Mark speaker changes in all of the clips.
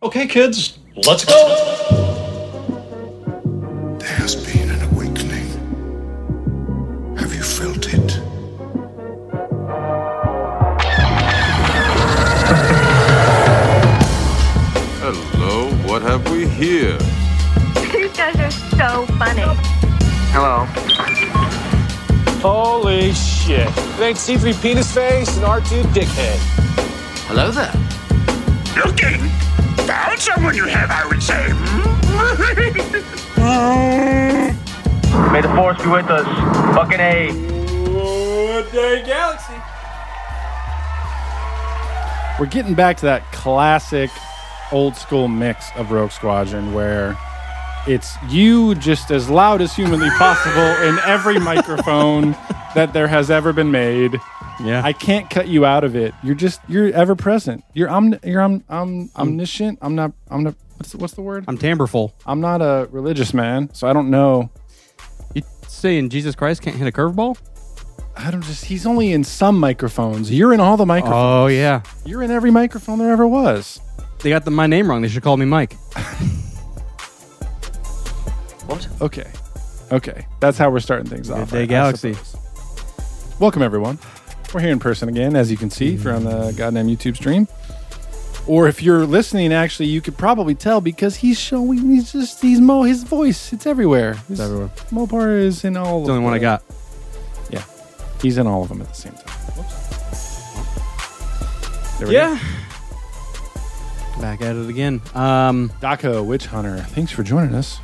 Speaker 1: Okay, kids, let's go.
Speaker 2: There has been an awakening. Have you felt it?
Speaker 3: Hello, what have we here?
Speaker 4: These guys are so funny.
Speaker 5: Holy shit. It ain't C3 penis face and R2 dickhead.
Speaker 6: Hello there.
Speaker 7: Looking. Found someone you have, I would say.
Speaker 8: May the force be with us. Fucking A.
Speaker 9: We're getting back to that classic old school mix of Rogue Squadron where it's you just as loud as humanly possible in every microphone that there has ever been made.
Speaker 10: Yeah.
Speaker 9: I can't cut you out of it. You're just you're ever present. You're omni- you're om- om- omniscient. I'm not I'm not what's what's the word?
Speaker 10: I'm timbreful.
Speaker 9: I'm not a religious man, so I don't know.
Speaker 10: You saying Jesus Christ can't hit a curveball?
Speaker 9: I don't just he's only in some microphones. You're in all the microphones.
Speaker 10: Oh yeah.
Speaker 9: You're in every microphone there ever was.
Speaker 10: They got the, my name wrong. They should call me Mike.
Speaker 9: Okay. Okay. That's how we're starting things off.
Speaker 10: day,
Speaker 9: I- I
Speaker 10: Galaxy.
Speaker 9: suppose. Welcome, everyone. We're here in person again, as you can see, if you're on the goddamn YouTube stream. Or if you're listening, actually, you could probably tell because he's showing, he's just, he's Mo, his voice, it's everywhere. It's
Speaker 10: everywhere.
Speaker 9: Mopar is in all
Speaker 10: It's the only one I got.
Speaker 9: Yeah. He's in all of them at the same time. Whoops. There we
Speaker 10: Yeah. Back at it again. Um,
Speaker 9: go. Daco, Witch Hunter, thanks for joining us.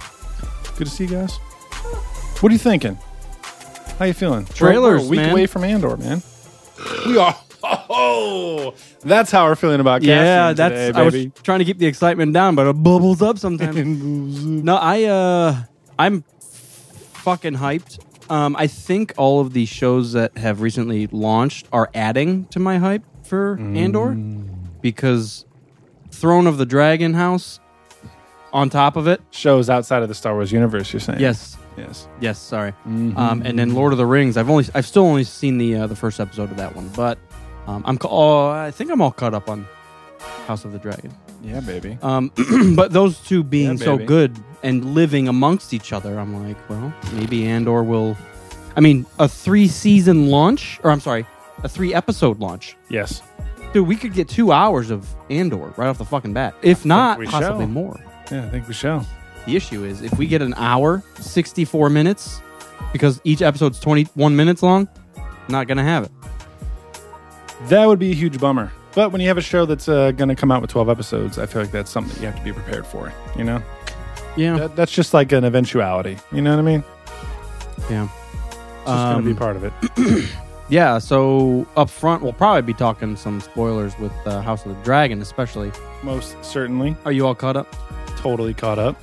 Speaker 9: Good to see you guys. What are you thinking? How you feeling? We're-
Speaker 10: Trailers,
Speaker 9: we're a week
Speaker 10: man.
Speaker 9: away from Andor, man. We are. Oh, that's how we're feeling about
Speaker 10: yeah,
Speaker 9: Cassian
Speaker 10: that's.
Speaker 9: today,
Speaker 10: I was
Speaker 9: baby.
Speaker 10: trying to keep the excitement down, but it bubbles up sometimes. no, I. Uh, I'm fucking hyped. Um, I think all of the shows that have recently launched are adding to my hype for Andor because Throne of the Dragon House. On top of it,
Speaker 9: Shows outside of the Star Wars universe, you're saying?
Speaker 10: yes,
Speaker 9: Yes.
Speaker 10: Yes, sorry. Um, and then Lord of the Rings. I've only, I've still only seen the uh, the first episode of that one, but um, I'm, ca- oh, I think I'm all caught up on House of the Dragon.
Speaker 9: Yeah, baby.
Speaker 10: Um, but those two being
Speaker 9: Yeah,
Speaker 10: so
Speaker 9: baby.
Speaker 10: good and living amongst each other, I'm like, well, maybe Andor will. I mean, a three season launch, or I'm sorry, a three episode launch.
Speaker 9: Yes.
Speaker 10: Dude, we could get two hours of Andor right off the fucking bat, if not
Speaker 9: we
Speaker 10: possibly
Speaker 9: shall.
Speaker 10: more.
Speaker 9: Yeah, I think we shall.
Speaker 10: The issue is if we get an hour, 64 minutes, because each episode's 21 minutes long, not going to have it.
Speaker 9: That would be a huge bummer. But when you have a show that's uh, going to come out with 12 episodes, I feel like that's something that you have to be prepared for, you know?
Speaker 10: Yeah.
Speaker 9: That, that's just like an eventuality. You know what I mean?
Speaker 10: yeah.
Speaker 9: It's just going to
Speaker 10: Um,
Speaker 9: be part of it.
Speaker 10: Yeah, so up front, we'll probably be talking some spoilers with uh, House of the Dragon, especially.
Speaker 9: Most certainly.
Speaker 10: Are you all caught up?
Speaker 9: Totally caught up.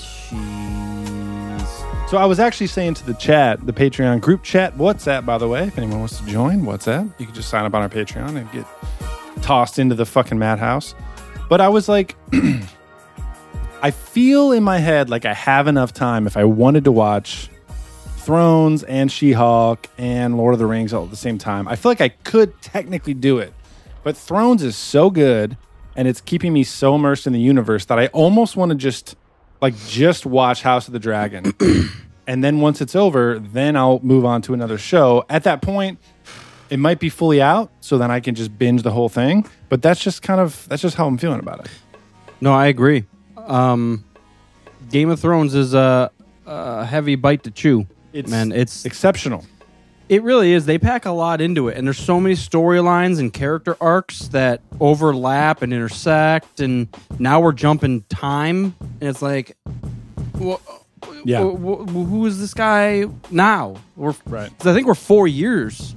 Speaker 10: Jeez.
Speaker 9: So I was actually saying to the chat, the Patreon group chat WhatsApp, by the way, if anyone wants to join WhatsApp, you can just sign up on our Patreon and get tossed into the fucking madhouse. But I was like, I feel in my head like I have enough time if I wanted to watch Thrones and She Hulk and Lord of the Rings all at the same time. I feel like I could technically do it. But Thrones is so good and it's keeping me so immersed in the universe that I almost want to just like just watch House of the Dragon. and then once it's over, then I'll move on to another show. At that point, it might be fully out, so then I can just binge the whole thing. But that's just kind of that's just how I'm feeling about it.
Speaker 10: No, I agree. Um, Game of Thrones is a, a heavy bite to chew. Man, it's
Speaker 9: exceptional.
Speaker 10: It really is. They pack a lot into it, and there's so many storylines and character arcs that overlap and intersect. And now we're jumping time, and it's like, wh-
Speaker 9: Yeah.
Speaker 10: wh- wh- who is this guy now? We're
Speaker 9: Right.
Speaker 10: 'cause I think we're four years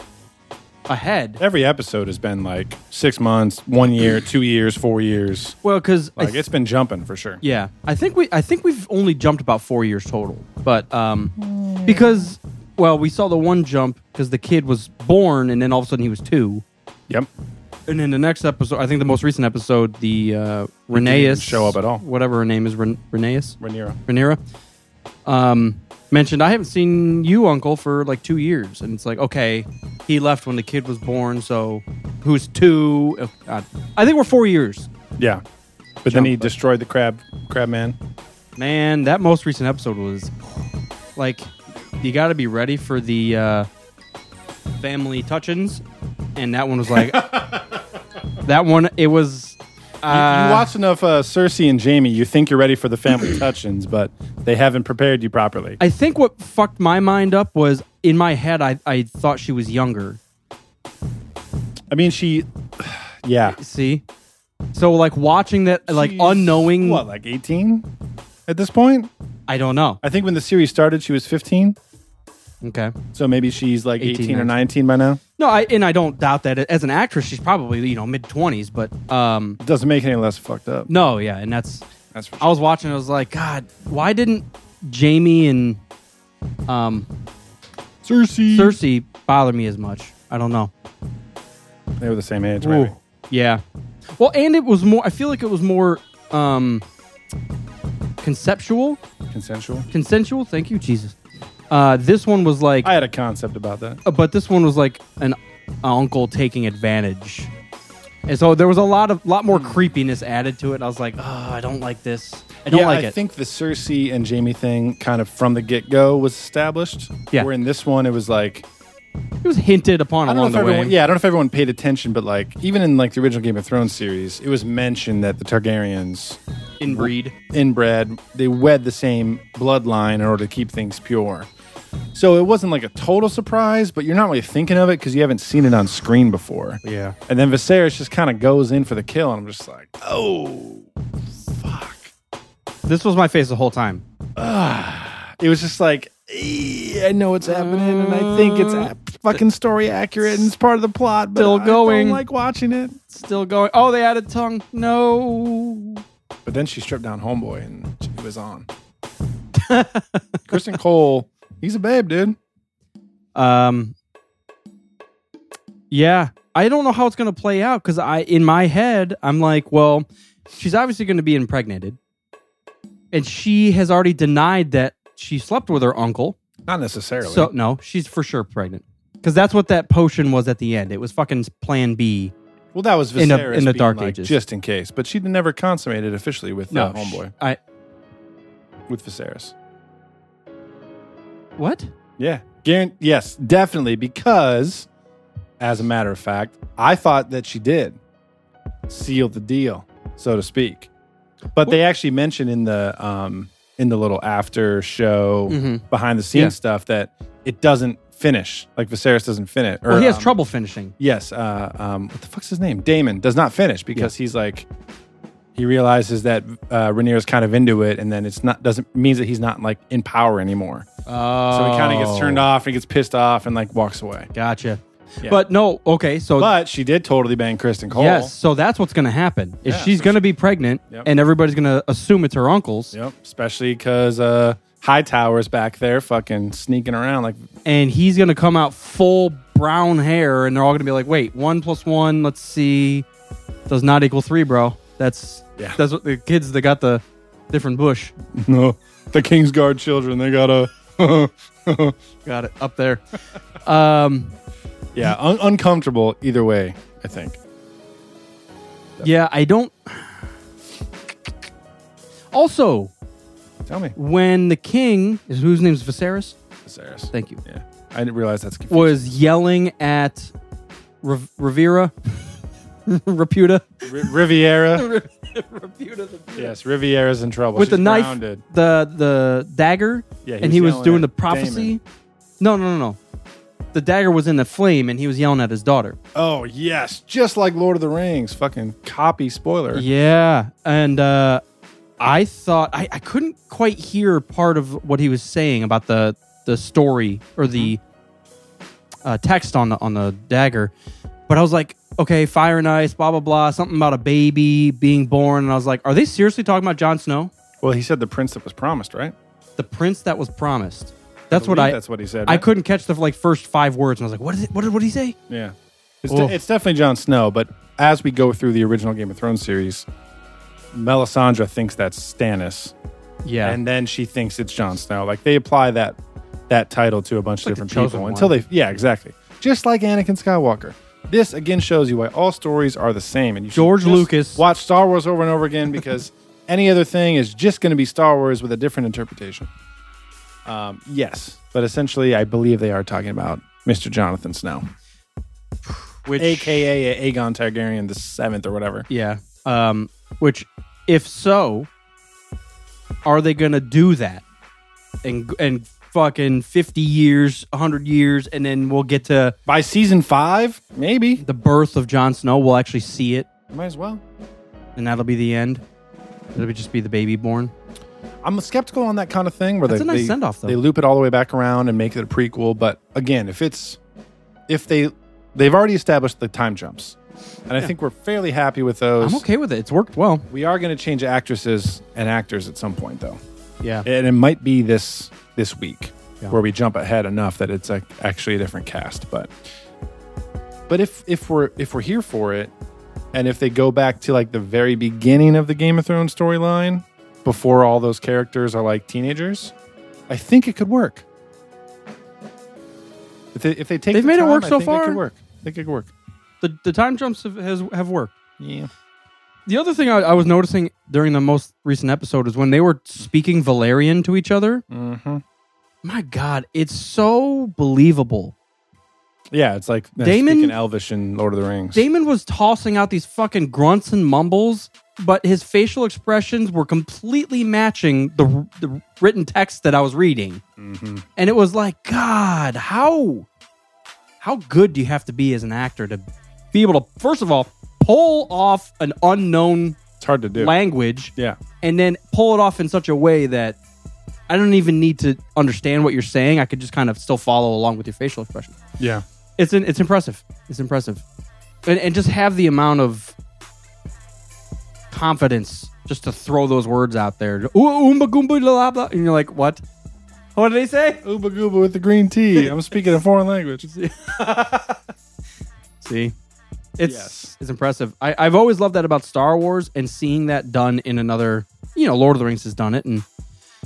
Speaker 10: ahead.
Speaker 9: Every episode has been like six months, one year, two years, four years.
Speaker 10: Well, because
Speaker 9: Like it's been jumping for sure.
Speaker 10: Yeah, I think we I think we've only jumped about four years total, but um, because well, we saw the one jump because the kid was born, and then all of a sudden he was two.
Speaker 9: Yep.
Speaker 10: And then the next episode, I think the most recent episode, the uh, Reneus
Speaker 9: show up at all.
Speaker 10: whatever her name is, Ren- Reneus,
Speaker 9: Rhaenyra.
Speaker 10: Rhaenyra, um, mentioned I haven't seen you, Uncle, for like two years, and it's like okay, he left when the kid was born, so who's two? Oh, God. I think we're four years
Speaker 9: Yeah. But then he
Speaker 10: Jump, but-
Speaker 9: destroyed the crab crab man.
Speaker 10: Man, that most recent episode was like you got to be ready for the uh, family touchins, and that one was like that one. It was
Speaker 9: you
Speaker 10: uh,
Speaker 9: watch enough uh, Cersei and Jamie, you think you're ready for the family touch-ins, but they haven't prepared you properly.
Speaker 10: I think what fucked my mind up was in my head I I thought she was younger.
Speaker 9: I mean, she, yeah,
Speaker 10: See, so like watching that like
Speaker 9: She's,
Speaker 10: unknowing.
Speaker 9: what, like 18 at this point.
Speaker 10: I don't know.
Speaker 9: I think when the series started, she was 15,
Speaker 10: Okay.
Speaker 9: so maybe she's like 18,
Speaker 10: 18,
Speaker 9: or 19 by now.
Speaker 10: No, I and I don't doubt that as an actress she's probably you know mid twenties, but um
Speaker 9: Doesn't make it any less fucked up.
Speaker 10: no, yeah, and that's
Speaker 9: That's for
Speaker 10: I was watching. I was like, God, why didn't Jamie and um,
Speaker 9: Cersei.
Speaker 10: Cersei bother me as much? I don't know.
Speaker 9: They were the same age, maybe.
Speaker 10: Yeah. Well, and it was more. I feel like it was more um, conceptual,
Speaker 9: Consensual.
Speaker 10: consensual. Thank you, Jesus. Uh, this one was like,
Speaker 9: I had a concept about that.
Speaker 10: uh, but this one was like an uncle taking advantage, and so there was a lot of lot
Speaker 9: Hmm.
Speaker 10: more creepiness added to it. I was like, oh, I don't like this. I don't
Speaker 9: yeah,
Speaker 10: like
Speaker 9: I
Speaker 10: it.
Speaker 9: think the Cersei and Jamie thing kind of from the get go was established.
Speaker 10: Yeah.
Speaker 9: Where in this one, it was like,
Speaker 10: it was hinted upon
Speaker 9: I don't know
Speaker 10: along
Speaker 9: if
Speaker 10: the way.
Speaker 9: everyone, yeah, I don't know if everyone paid attention, but like, even in like the original Game of Thrones series, it was mentioned that the Targaryens
Speaker 10: inbreed.
Speaker 9: inbred, they wed the same bloodline in order to keep things pure. So it wasn't like a total surprise, but you're not really thinking of it because you haven't seen it on screen before.
Speaker 10: Yeah.
Speaker 9: And then Viserys just kind of goes in for the kill, and I'm just like, oh, fuck.
Speaker 10: This was my face the whole time.
Speaker 9: It was just like, "Eh, I know what's happening, and I think it's a- fucking story accurate, and it's part of the plot, but
Speaker 10: Uh, Still
Speaker 9: I
Speaker 10: going.
Speaker 9: don't like watching it.
Speaker 10: still going. Oh, they added tongue. No.
Speaker 9: But then she stripped down Homeboy, and it was on. Kristen Cole, he's a babe, dude.
Speaker 10: Um. Yeah, I don't know how it's going to play out because I, in my head, I'm like, well, she's obviously going to be impregnated, and she has already denied that she slept with her uncle.
Speaker 9: Not necessarily.
Speaker 10: So no, she's for sure pregnant because that's what that potion was at the end. It was fucking Plan B.
Speaker 9: Well, that was Viserys
Speaker 10: In the- in the
Speaker 9: being
Speaker 10: Dark
Speaker 9: like,
Speaker 10: Ages.
Speaker 9: just in case. But she never consummated officially with
Speaker 10: No,
Speaker 9: uh, homeboy
Speaker 10: sh- I
Speaker 9: with Viserys.
Speaker 10: what?
Speaker 9: Yeah, Guaran- yes, definitely. Because, as a matter of fact, I thought that she did seal the deal, so to speak. But they actually mentioned in the um, in the little after show behind the scenes
Speaker 10: Mm-hmm. Yeah.
Speaker 9: stuff that it doesn't finish. Like Viserys doesn't finish. Or
Speaker 10: Well, he has
Speaker 9: um,
Speaker 10: trouble finishing.
Speaker 9: Yes. Uh, um, what the fuck's his name? Damon does not finish because he's like he realizes that uh, Rhaenyra's kind of into it, and then it's not doesn't means that he's not like in power anymore.
Speaker 10: Oh,
Speaker 9: So he kind of gets turned off and gets pissed off and like walks away.
Speaker 10: Gotcha. But no, okay. So
Speaker 9: But she did totally bang Kristen Cole.
Speaker 10: Yes, so that's what's going to happen. Is
Speaker 9: Oh. Yeah,
Speaker 10: she's
Speaker 9: so
Speaker 10: going to
Speaker 9: she-
Speaker 10: be pregnant,
Speaker 9: Yep.
Speaker 10: and everybody's going to assume it's her uncle's,
Speaker 9: Yep. Especially because uh, Hightower's back there, fucking sneaking around like
Speaker 10: and he's going to come out full brown hair, and they're all going to be like, "Wait, one plus one, let's see, does not equal three, bro." That's
Speaker 9: Yeah.
Speaker 10: that's what the kids that got the different bush
Speaker 9: no, the Kingsguard children. They got a
Speaker 10: got it up there. um,
Speaker 9: yeah, un- uncomfortable either way. I think.
Speaker 10: yeah, I don't. Also,
Speaker 9: Tell me,
Speaker 10: when the king is whose name's Viserys,
Speaker 9: Viserys.
Speaker 10: thank you,
Speaker 9: Yeah, I didn't realize that's confusing.
Speaker 10: was yelling at Re- Rivera, Reputa.
Speaker 9: Ri- Riviera.
Speaker 10: Reputa the
Speaker 9: Yes, Riviera's in trouble
Speaker 10: with the
Speaker 9: She's
Speaker 10: knife,
Speaker 9: grounded.
Speaker 10: the the dagger,
Speaker 9: Yeah, he
Speaker 10: and
Speaker 9: was
Speaker 10: he was
Speaker 9: yelling
Speaker 10: doing
Speaker 9: at
Speaker 10: the prophecy.
Speaker 9: Damon.
Speaker 10: No, no, no, no. The dagger was in the flame, and he was yelling at his daughter.
Speaker 9: Oh yes, just like Lord of the Rings. Fucking copy spoiler.
Speaker 10: Yeah, and uh, I thought I, I couldn't quite hear part of what he was saying about the the story or the
Speaker 9: Mm-hmm.
Speaker 10: uh, text on the on the dagger, but I was like, okay, fire and ice, blah blah blah, something about a baby being born, and I was like, are they seriously talking about Jon Snow,
Speaker 9: Well, he said the prince that was promised, right?
Speaker 10: the prince that was promised? That's what
Speaker 9: believe
Speaker 10: I.
Speaker 9: that's what he said,
Speaker 10: I
Speaker 9: right?
Speaker 10: couldn't catch the like first five words, and I was like, what is it? What did what did he say?
Speaker 9: Yeah. It's,
Speaker 10: Oh.
Speaker 9: de- it's definitely Jon Snow, but as we go through the original Game of Thrones series, Melisandre thinks that's Stannis,
Speaker 10: Yeah,
Speaker 9: and then she thinks it's Jon Snow. Like they apply that that title to a bunch
Speaker 10: like
Speaker 9: of
Speaker 10: the
Speaker 9: different
Speaker 10: chosen
Speaker 9: people
Speaker 10: one.
Speaker 9: until they yeah, exactly. Just like Anakin Skywalker. This again shows you why all stories are the same, and you should
Speaker 10: George
Speaker 9: just
Speaker 10: Lucas.
Speaker 9: watch Star Wars over and over again because any other thing is just going to be Star Wars with a different interpretation. Um, yes, but essentially, I believe they are talking about Mr. Jonathan Snow,
Speaker 10: Which
Speaker 9: aka Aegon Targaryen the seventh or whatever.
Speaker 10: Yeah. Um, which, if so, are they going to do that? And and fucking fifty years, hundred years, and then we'll get to
Speaker 9: By season five, maybe
Speaker 10: the birth of Jon Snow. We'll actually see it,
Speaker 9: might as well.
Speaker 10: and that'll be the end. It'll be- just be the baby born.
Speaker 9: I'm skeptical on that kind of thing where
Speaker 10: That's
Speaker 9: they,
Speaker 10: a nice
Speaker 9: they-
Speaker 10: send-off, though.
Speaker 9: They loop it all the way back around and make it a prequel. But again, if it's if they they've already established the time jumps, and I think we're fairly happy with those.
Speaker 10: I'm okay with it. It's worked well.
Speaker 9: We are going to change actresses and actors at some point, though,
Speaker 10: Yeah.
Speaker 9: and it might be this this week
Speaker 10: Yeah.
Speaker 9: where we jump ahead enough that it's like actually a different cast. But but if if we're if we're here for it, and if they go back to like the very beginning of the Game of Thrones storyline before all those characters are like teenagers, I think it could work. If they, if they take,
Speaker 10: They've
Speaker 9: the
Speaker 10: made it
Speaker 9: time,
Speaker 10: work
Speaker 9: I
Speaker 10: so
Speaker 9: think It
Speaker 10: far.
Speaker 9: could work. I think it could work.
Speaker 10: The the time jumps have has, have worked.
Speaker 9: Yeah.
Speaker 10: The other thing I, I was noticing during the most recent episode is when they were speaking Valerian to each other.
Speaker 9: Mm-hmm.
Speaker 10: My God, it's so believable.
Speaker 9: Yeah, it's like they're
Speaker 10: Damon-
Speaker 9: speaking Elvish in Lord of the Rings.
Speaker 10: Damon was tossing out these fucking grunts and mumbles, but his facial expressions were completely matching the, the written text that I was reading.
Speaker 9: Mm-hmm.
Speaker 10: And it was like, God, how how good do you have to be as an actor to be able to first of all pull off an unknown
Speaker 9: it's hard to do.
Speaker 10: language
Speaker 9: yeah.
Speaker 10: and then pull it off in such a way that I don't even need to understand what you're saying. I could just kind of still follow along with your facial expression.
Speaker 9: Yeah.
Speaker 10: It's an, it's impressive. It's impressive, and and just have the amount of confidence just to throw those words out there. Ooh, Oomba goomba blah blah, and you're like, what? What did they say?
Speaker 9: Ooba gooba with the green tea. I'm speaking a foreign language.
Speaker 10: See, it's
Speaker 9: Yes.
Speaker 10: it's impressive. I, I've always loved that about Star Wars and seeing that done in another. You know, Lord of the Rings has done it, and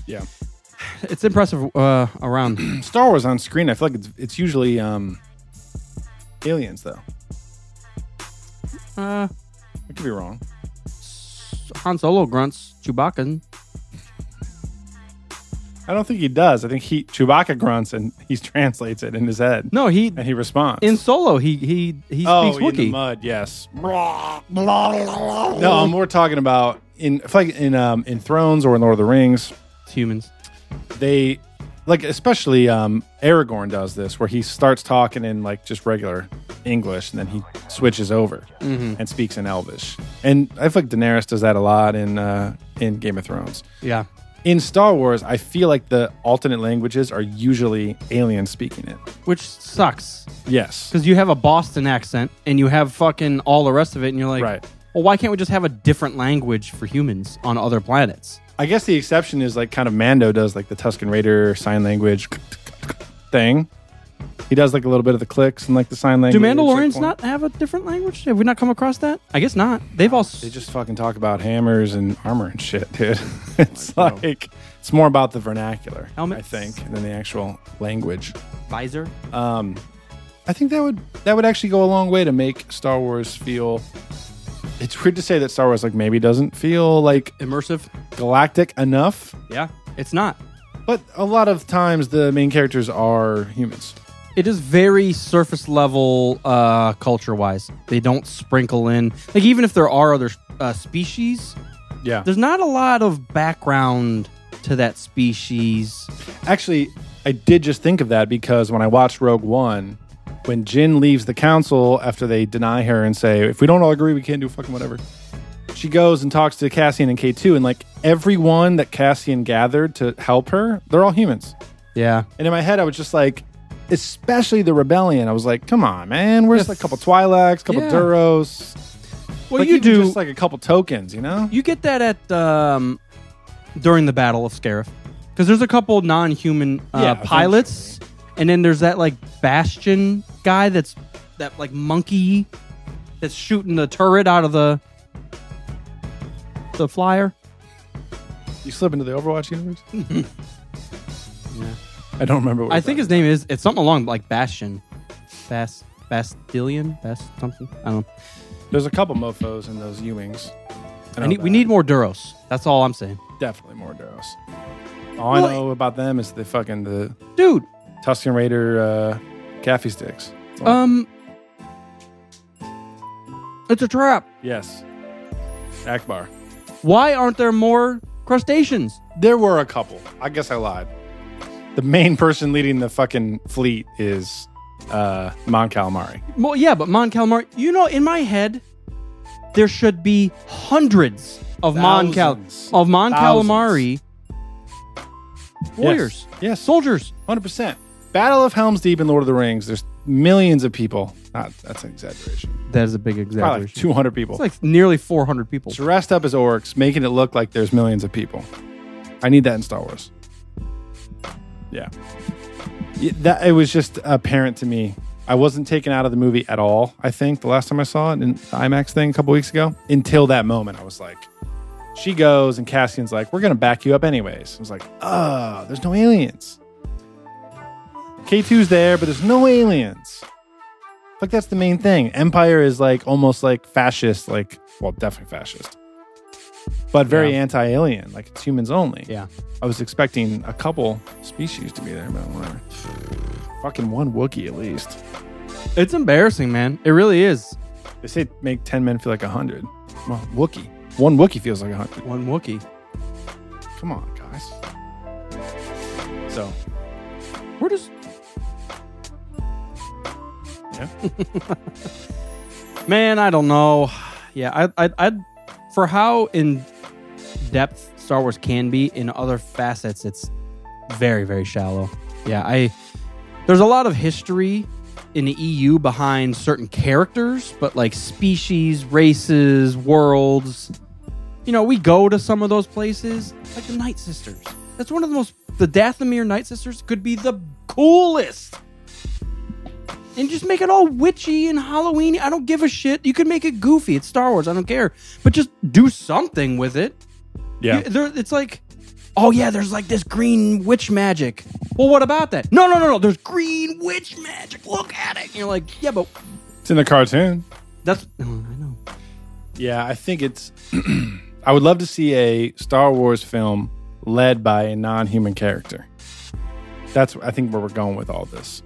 Speaker 9: Yeah.
Speaker 10: it's impressive uh, around.
Speaker 9: Star Wars on screen, I feel like it's it's usually um aliens though. I
Speaker 10: Uh,
Speaker 9: could be wrong.
Speaker 10: Han Solo grunts Chewbacca.
Speaker 9: I don't think he does. I think he Chewbacca grunts and he translates it in his head.
Speaker 10: No, he
Speaker 9: And he responds.
Speaker 10: in Solo he he he
Speaker 9: oh,
Speaker 10: speaks
Speaker 9: in the
Speaker 10: Wookiee.
Speaker 9: mud, yes. no, um, we're talking about in I feel like in um in Thrones or in Lord of the Rings,
Speaker 10: It's humans.
Speaker 9: they like especially um Aragorn does this where he starts talking in like just regular English and then he switches over
Speaker 10: Mm-hmm.
Speaker 9: and speaks in Elvish. And I feel like Daenerys does that a lot in uh in Game of Thrones.
Speaker 10: Yeah.
Speaker 9: In Star Wars, I feel like the alternate languages are usually alien speaking it.
Speaker 10: Which sucks
Speaker 9: Yes.
Speaker 10: because you have a Boston accent and you have fucking all the rest of it, and you're like,
Speaker 9: Right.
Speaker 10: well, why can't we just have a different language for humans on other planets?
Speaker 9: I guess the exception is like kind of Mando does like the Tuscan Raider sign language thing. He does like a little bit of the clicks and like the sign language.
Speaker 10: Do
Speaker 9: at
Speaker 10: Mandalorians
Speaker 9: certain
Speaker 10: not have a different language? Have we not come across that? I guess not. They've all.
Speaker 9: They just fucking talk about hammers and armor and shit, dude. It's like it's more about the vernacular,
Speaker 10: Helmets.
Speaker 9: I think, than the actual language.
Speaker 10: visor.
Speaker 9: I think that would that would actually go a long way to make Star Wars feel. It's weird to say that Star Wars like maybe doesn't feel like
Speaker 10: Immersive.
Speaker 9: galactic enough,
Speaker 10: Yeah. It's not.
Speaker 9: but a lot of times the main characters are humans.
Speaker 10: it is very surface level uh, culture wise. They don't sprinkle in like even if there are other uh, species,
Speaker 9: Yeah,
Speaker 10: there's not a lot of background to that species.
Speaker 9: actually, I did just think of that because when I watched Rogue One, when Jin leaves the council after they deny her and say, if we don't all agree, we can't do fucking whatever, she goes and talks to Cassian and K2, and like everyone that Cassian gathered to help her, they're all humans.
Speaker 10: Yeah,
Speaker 9: And in my head, I was just like, especially the rebellion, I was like, come on, man, where's
Speaker 10: Yeah.
Speaker 9: like a couple Twi'leks, couple
Speaker 10: Yeah.
Speaker 9: Duros?
Speaker 10: well,
Speaker 9: Like,
Speaker 10: you
Speaker 9: even
Speaker 10: do
Speaker 9: Just like a couple tokens, you know?
Speaker 10: you get that at um, during the Battle of Scarif because there's a couple non-human uh,
Speaker 9: Yeah,
Speaker 10: pilots, and then there's that like Bastion guy that's that like monkey that's shooting the turret out of the the flyer.
Speaker 9: You slip into the Overwatch universe? yeah. I don't remember what
Speaker 10: I think his name is it's something along like Bastion. Bass. Bastilian, Bast something. I don't know.
Speaker 9: There's a couple mofos in those Ewings. I know
Speaker 10: I need, we
Speaker 9: that.
Speaker 10: need more Duros. That's all I'm saying,
Speaker 9: definitely more Duros. All I
Speaker 10: Well,
Speaker 9: know about them is the fucking the
Speaker 10: dude.
Speaker 9: Tuscan Raider uh, Caffey sticks. That's all.
Speaker 10: Um, it's a trap.
Speaker 9: yes, Akbar.
Speaker 10: Why aren't there more crustaceans?
Speaker 9: There were a couple. I guess I lied. The main person leading the fucking fleet is uh, Mon Calamari.
Speaker 10: Well, yeah, but Mon Calamari. You know, in my head, there should be hundreds of Mon Cal
Speaker 9: Thousands.
Speaker 10: of Mon
Speaker 9: Thousands.
Speaker 10: Calamari warriors,
Speaker 9: Yes.
Speaker 10: soldiers.
Speaker 9: Hundred percent. Battle of Helm's Deep in Lord of the Rings. There's millions of people. Not that's an exaggeration.
Speaker 10: That is a big
Speaker 9: Probably like
Speaker 10: exaggeration.
Speaker 9: two hundred people.
Speaker 10: it's like nearly 400 people.
Speaker 9: dressed up as orcs, making it look like there's millions of people. I need that in Star Wars. Yeah. Y- That it was just apparent to me. I wasn't taken out of the movie at all, I think, the last time I saw it in the IMAX thing a couple weeks ago. Until that moment, I was like, she goes and Cassian's like, we're going to back you up anyways. I was like, oh, there's no aliens. K2's there, but there's no aliens. Like that's the main thing. Empire is like almost like fascist, like well, definitely fascist, but very anti-alien. Like it's humans only.
Speaker 10: Yeah.
Speaker 9: I was expecting a couple species to be there, but whatever. Fucking one Wookiee at least.
Speaker 10: It's embarrassing, man. It really is.
Speaker 9: They say make ten men feel like a hundred. Well, Wookiee. One Wookiee feels like a hundred.
Speaker 10: One Wookiee.
Speaker 9: Come on, guys. So
Speaker 10: Where does.
Speaker 9: Yeah.
Speaker 10: Man, I don't know. Yeah, I, I, I, for how in depth Star Wars can be in other facets, it's very, very shallow. Yeah, I. There's a lot of history in the EU behind certain characters, but like species, races, worlds. You know, we go to some of those places, like the Night Sisters. That's one of the most. The Dathomir Night Sisters could be the coolest and just make it all witchy and Halloween. I don't give a shit. You can make it goofy. It's Star Wars. I don't care. But just do something with it.
Speaker 9: yeah,
Speaker 10: You- there- it's like, oh yeah, there's like this green witch magic. Well, what about that? No, no, no, no. There's green witch magic. Look at it. And you're like, yeah, but
Speaker 9: it's in the cartoon.
Speaker 10: that's. Oh, I know.
Speaker 9: Yeah, I think it's. I would love to see a Star Wars film led by a non-human character. That's I think where we're going with all this.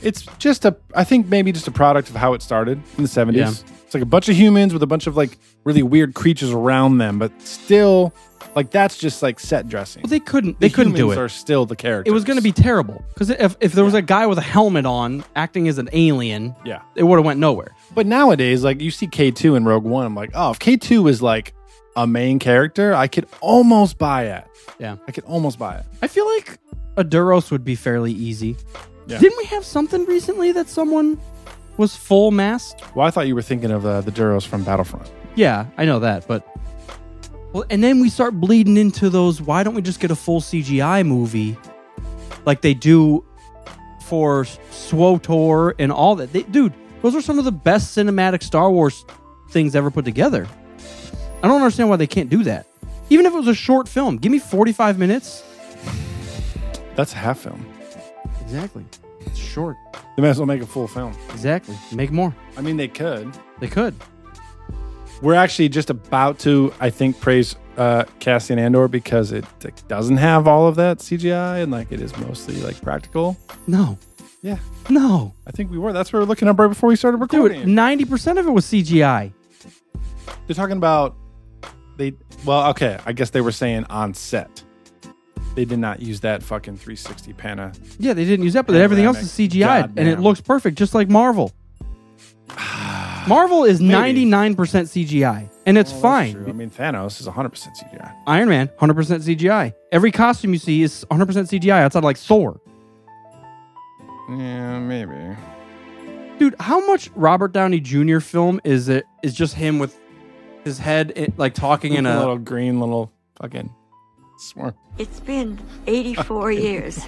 Speaker 9: It's just a I think maybe just a product of how it started in the 70s. It's like a bunch of humans with a bunch of like really weird creatures around them, but still like that's just like set dressing.
Speaker 10: Well, they couldn't. They
Speaker 9: The
Speaker 10: couldn't do
Speaker 9: humans
Speaker 10: it.
Speaker 9: Are still the characters.
Speaker 10: it was going to be terrible because if, if there was a guy with a helmet on acting as an alien,
Speaker 9: Yeah.
Speaker 10: it would have went nowhere.
Speaker 9: But nowadays, like you see K two in Rogue One, I'm like, oh, if K two is like a main character, I could almost buy it.
Speaker 10: Yeah.
Speaker 9: I could almost buy it.
Speaker 10: I feel like a Duros would be fairly easy.
Speaker 9: Yeah.
Speaker 10: Didn't we have something recently that someone was full masked?
Speaker 9: Well, I thought you were thinking of uh, the Duros from Battlefront.
Speaker 10: Yeah, I know that, but well, and then we start bleeding into those. Why don't we just get a full CGI movie, like they do for S- SWTOR and all that? They, dude, those are some of the best cinematic Star Wars things ever put together. I don't understand why they can't do that. Even if it was a short film, give me forty-five minutes.
Speaker 9: That's a half film.
Speaker 10: Exactly, it's short.
Speaker 9: They might as well make a full film.
Speaker 10: Exactly. Make more.
Speaker 9: I mean, they could.
Speaker 10: They could.
Speaker 9: We're actually just about to, I think, praise uh, Cassian Andor because it like, doesn't have all of that CGI and like it is mostly like practical.
Speaker 10: No.
Speaker 9: Yeah,
Speaker 10: No.
Speaker 9: I think we were. That's what we were looking up right before we started
Speaker 10: Dude,
Speaker 9: recording.
Speaker 10: 90% of it was CGI.
Speaker 9: They're talking about they. Well, okay, I guess they were saying on set. They did not use that fucking 360 pana.
Speaker 10: Yeah, they didn't use that, but everything else is CGI,
Speaker 9: God
Speaker 10: and it
Speaker 9: damn.
Speaker 10: looks perfect, just like Marvel. Marvel is
Speaker 9: Maybe. Oh,
Speaker 10: 99% CGI, and it's
Speaker 9: True. I
Speaker 10: fine.
Speaker 9: mean, Thanos is 100% CGI.
Speaker 10: Iron Man, 100% CGI. Every costume you see is 100% CGI outside of like Thor.
Speaker 9: Yeah, maybe.
Speaker 10: Dude, how much Robert Downey Jr. film is it? Is just him with his head in, like talking in
Speaker 9: a
Speaker 10: a
Speaker 9: little green little fucking swarm.
Speaker 4: It's been 84 years.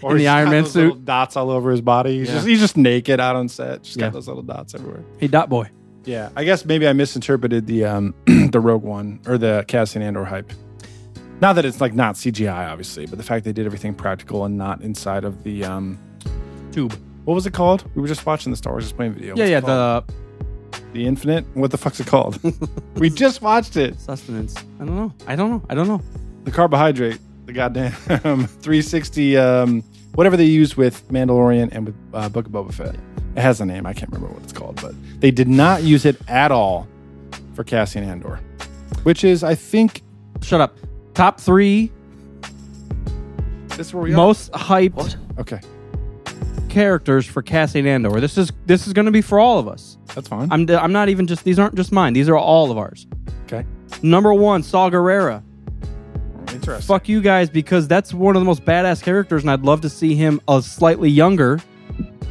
Speaker 9: Or
Speaker 10: In the
Speaker 9: he's
Speaker 10: Iron
Speaker 9: got
Speaker 10: Man
Speaker 9: those little
Speaker 10: suit.
Speaker 9: dots all over his body. He's
Speaker 10: Yeah.
Speaker 9: just he's just naked out on set. Just
Speaker 10: Yeah.
Speaker 9: got those little dots everywhere.
Speaker 10: hey dot boy?
Speaker 9: Yeah, I guess maybe I misinterpreted the um the Rogue One or the Cassian Andor hype. Not that it's like not CGI, obviously, but the fact they did everything practical and not inside of the um
Speaker 10: Tube.
Speaker 9: What was it called? We were just watching the Star Wars Explained video.
Speaker 10: Yeah,
Speaker 9: What's it
Speaker 10: yeah,
Speaker 9: called?
Speaker 10: the
Speaker 9: the Infinite. What the fuck's it called? we just watched it.
Speaker 10: sustenance. I don't know. I don't know. I don't know.
Speaker 9: the carbohydrate, the goddamn 360, um, whatever they use with Mandalorian and with uh, Book of Boba Fett. It has a name. I can't remember what it's called, but they did not use it at all for Cassian Andor, which is, I think,
Speaker 10: Shut up. Top three
Speaker 9: this is where we
Speaker 10: most hyped
Speaker 9: are. Okay,
Speaker 10: characters for Cassian Andor. This is this is going to be for all of us.
Speaker 9: that's fine.
Speaker 10: I'm I'm not even just these aren't just mine. These are all of ours.
Speaker 9: okay,
Speaker 10: Number one, Saw Gerrera.
Speaker 9: interesting.
Speaker 10: Fuck you guys because that's one of the most badass characters, and I'd love to see him a slightly younger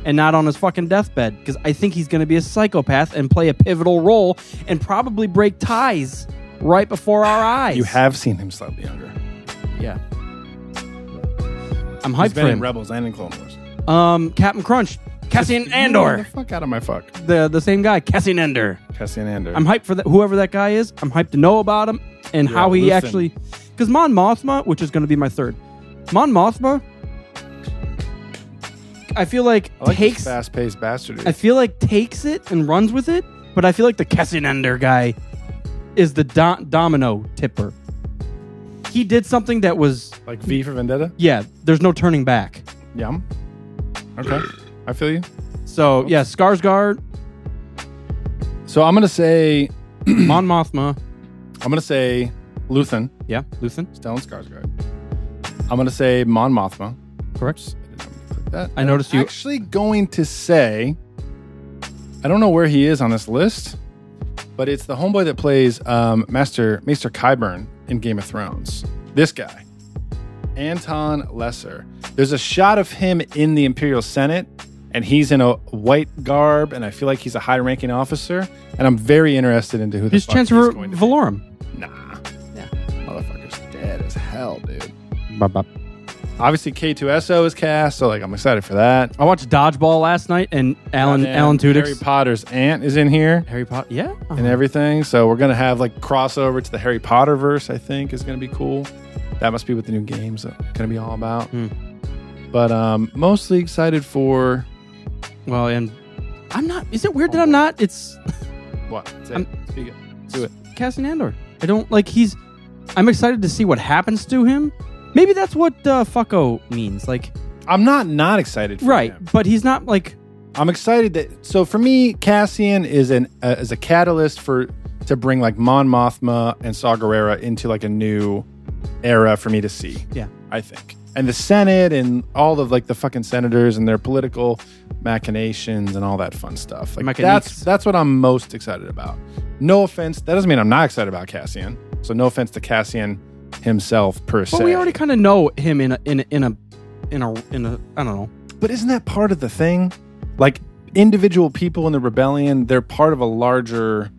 Speaker 10: and not on his fucking deathbed because I think he's going to be a psychopath and play a pivotal role and probably break ties right before our eyes.
Speaker 9: You have seen him slightly younger.
Speaker 10: yeah. I'm
Speaker 9: He's
Speaker 10: hyped
Speaker 9: been
Speaker 10: for
Speaker 9: in
Speaker 10: him.
Speaker 9: Rebels and in Clone Wars.
Speaker 10: Um, Captain Crunch, Cassian
Speaker 9: Get
Speaker 10: Andor,
Speaker 9: the fuck out of my fuck,
Speaker 10: the the same guy, Cassian Andor.
Speaker 9: Cassian Andor.
Speaker 10: I'm hyped for that. Whoever that guy is, I'm hyped to know about him and how he
Speaker 9: Luthen.
Speaker 10: actually. Because Mon Mothma, which is going to be my third, Mon Mothma, I feel like,
Speaker 9: I like
Speaker 10: takes.
Speaker 9: fast paced bastard.
Speaker 10: I feel like takes it and runs with it, but I feel like the Kessinender guy is the do- domino tipper. He did something that was
Speaker 9: like V for Vendetta.
Speaker 10: yeah. There's no turning back.
Speaker 9: Yum. Okay, I feel you.
Speaker 10: So yeah, Skarsgård,
Speaker 9: So I'm gonna say
Speaker 10: Mon Mothma,
Speaker 9: I'm gonna say Luthen,
Speaker 10: yeah, Luthen,
Speaker 9: Stellan Skarsgård. I'm gonna say Mon Mothma.
Speaker 10: correct.
Speaker 9: Click that.
Speaker 10: I noticed you.
Speaker 9: Actually, going to say I don't know where he is on this list, but it's the homeboy that plays um, Master Maester Kyburn in Game of Thrones. This guy, Anton Lesser. There's a shot of him in the Imperial Senate, and he's in a white garb, and I feel like he's a high-ranking officer. And I'm very interested into who
Speaker 10: He's
Speaker 9: this is
Speaker 10: Chancellor
Speaker 9: going to be.
Speaker 10: Valorum.
Speaker 9: Nah. Motherfucker's dead as hell, dude. Obviously, K2SO is cast, so like I'm excited for that.
Speaker 10: I watched Dodgeball last night, and Alan
Speaker 9: Goddamn,
Speaker 10: Alan
Speaker 9: Harry
Speaker 10: Tudyk's
Speaker 9: Potter's aunt is in here
Speaker 10: Harry Potter. Yeah,
Speaker 9: and everything. So we're gonna have like crossover to the Harry Potter verse. I think is gonna be cool. That must be what the new games are gonna be all about.
Speaker 10: Hmm.
Speaker 9: But um, mostly excited for
Speaker 10: well, and I'm not. Is it weird that I'm not? It's
Speaker 9: what? Say
Speaker 10: I'm-
Speaker 9: it. Speak it. Do it.
Speaker 10: Cassian Andor. I don't like. He's. I'm excited to see what happens to him. Maybe that's what uh, fucko means. Like
Speaker 9: I'm not not excited. For
Speaker 10: right,
Speaker 9: him.
Speaker 10: but he's not like
Speaker 9: I'm excited that so for me, Cassian is an uh, is a catalyst for to bring like Mon Mothma and Saw Gerrera into like a new era for me to see.
Speaker 10: Yeah.
Speaker 9: I think, and the Senate and all of like the fucking senators and their political machinations and all that fun stuff. Like
Speaker 10: Mechaniques.
Speaker 9: that's that's what I'm most excited about. No offense, that doesn't mean I'm not excited about Cassian. So no offense to Cassian himself per se.
Speaker 10: But we already kind of know him in a in a, in a in a in a I don't know.
Speaker 9: But isn't that part of the thing? Like individual people in the rebellion, they're part of a larger.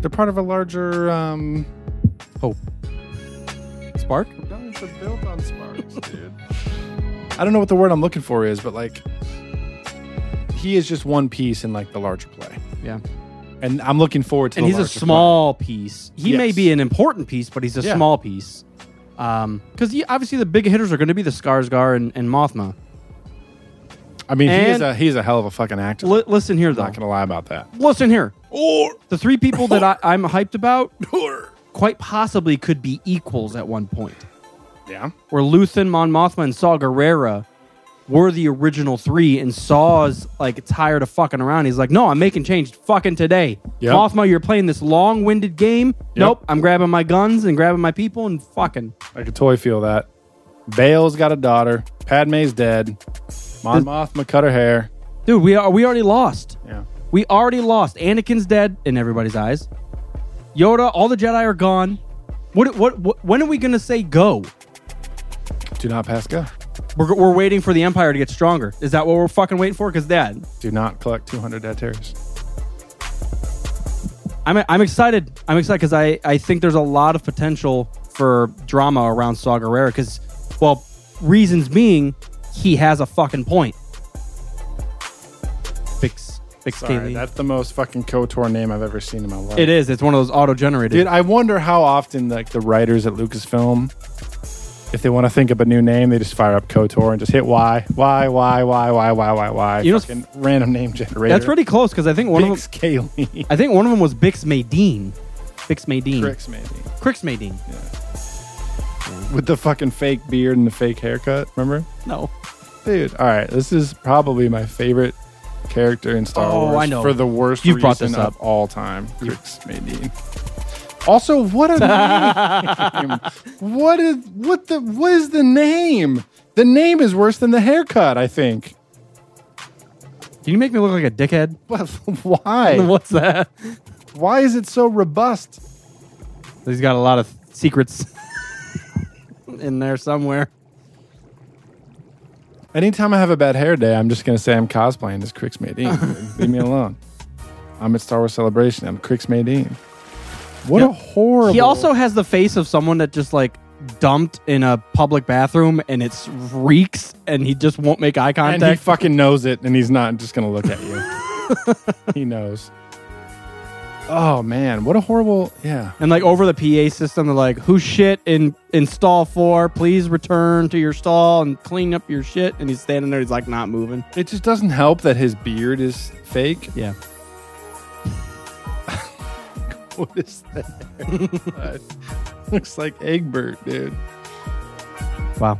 Speaker 9: They're part of a larger. Um,
Speaker 10: Hope. Spark.
Speaker 9: rebellions are built on sparks, dude. I don't know what the word I'm looking for is, but like, he is just one piece in like the larger play,
Speaker 10: Yeah.
Speaker 9: and I'm looking forward to.
Speaker 10: and
Speaker 9: the
Speaker 10: he's a
Speaker 9: larger
Speaker 10: small piece. He may
Speaker 9: Yes.
Speaker 10: be an important piece, but he's a
Speaker 9: Yeah.
Speaker 10: small piece. Um, because obviously the big hitters are going to be the Skarsgård and, and
Speaker 9: play.
Speaker 10: Mothma.
Speaker 9: I mean, he is
Speaker 10: and-
Speaker 9: a he's a hell of a fucking actor.
Speaker 10: Li- listen here,
Speaker 9: I'm
Speaker 10: though.
Speaker 9: not gonna lie about that.
Speaker 10: Listen here. the three people that I, I'm hyped about quite possibly could be equals at one point.
Speaker 9: Yeah.
Speaker 10: Where Luthen, Mon Mothma, and Saw Gerrera were the original three, and Saw's like tired of fucking around. He's like, "No, I'm making change fucking today."
Speaker 9: Yep.
Speaker 10: Mothma, you're playing this long-winded game. Nope, I'm grabbing my guns and grabbing my people and fucking.
Speaker 9: I could totally feel that. Bale's got a daughter. Padme's dead. Mon Mothma cut her hair.
Speaker 10: Dude, we are we already lost.
Speaker 9: Yeah.
Speaker 10: We already lost. Anakin's dead in everybody's eyes. Yoda, all the Jedi are gone. What, what, what when are we gonna say go?
Speaker 9: Do not pass go.
Speaker 10: We're, we're waiting for the Empire to get stronger. Is that what we're fucking waiting for? Because that
Speaker 9: Do not collect 200 dead terrors.
Speaker 10: I'm I'm excited. I'm excited because I I think there's a lot of potential for drama around Saw Gerrera. Because well, reasons being, he has a fucking point. Fix fix
Speaker 9: Sorry,
Speaker 10: Kaylee.
Speaker 9: that's the most fucking KOTOR name I've ever seen in my life.
Speaker 10: It is. It's one of those auto generated.
Speaker 9: Dude, I wonder how often like the writers at Lucasfilm If they want to think up a new name, they just fire up Kotor and just hit Y, Y, Y, Y, Y, Y, Y, Y.
Speaker 10: You know,
Speaker 9: Fucking random name generator.
Speaker 10: That's pretty close because I think one of
Speaker 9: Bix
Speaker 10: them.
Speaker 9: Cayley.
Speaker 10: I think one of them was Bix Maydean. Bix Maydean.
Speaker 9: Tricks maybe.
Speaker 10: Crix Maydean.
Speaker 9: With the fucking fake beard and the fake haircut, remember?
Speaker 10: No.
Speaker 9: Dude, all right, this is probably my favorite character in Star
Speaker 10: Oh,
Speaker 9: Wars
Speaker 10: I know.
Speaker 9: for the worst
Speaker 10: You've brought
Speaker 9: reason
Speaker 10: this up.
Speaker 9: of all time. Crix Maydean. Also, what a name. what is what the what is the name? The name is worse than the haircut, I think.
Speaker 10: Can you make me look like a dickhead?
Speaker 9: But why?
Speaker 10: What's that?
Speaker 9: Why is it so robust?
Speaker 10: He's got a lot of secrets in there somewhere.
Speaker 9: Anytime I have a bad hair day, I'm just gonna say I'm cosplaying as Crix Maydean. Leave me alone. I'm at Star Wars Celebration. I'm Crix Maydean. What a horrible.
Speaker 10: He also has the face of someone that just like dumped in a public bathroom and it's reeks and he just won't make eye
Speaker 9: and
Speaker 10: contact.
Speaker 9: he fucking knows it, and he's not just gonna look at you. he knows. Oh man, what a horrible. Yeah,
Speaker 10: and like over the PA system, they're like, "Who shit in in stall four? Please return to your stall and clean up your shit." And he's standing there, he's like not moving.
Speaker 9: it just doesn't help that his beard is fake.
Speaker 10: Yeah,
Speaker 9: What is that? Looks like Egbert, dude.
Speaker 10: wow,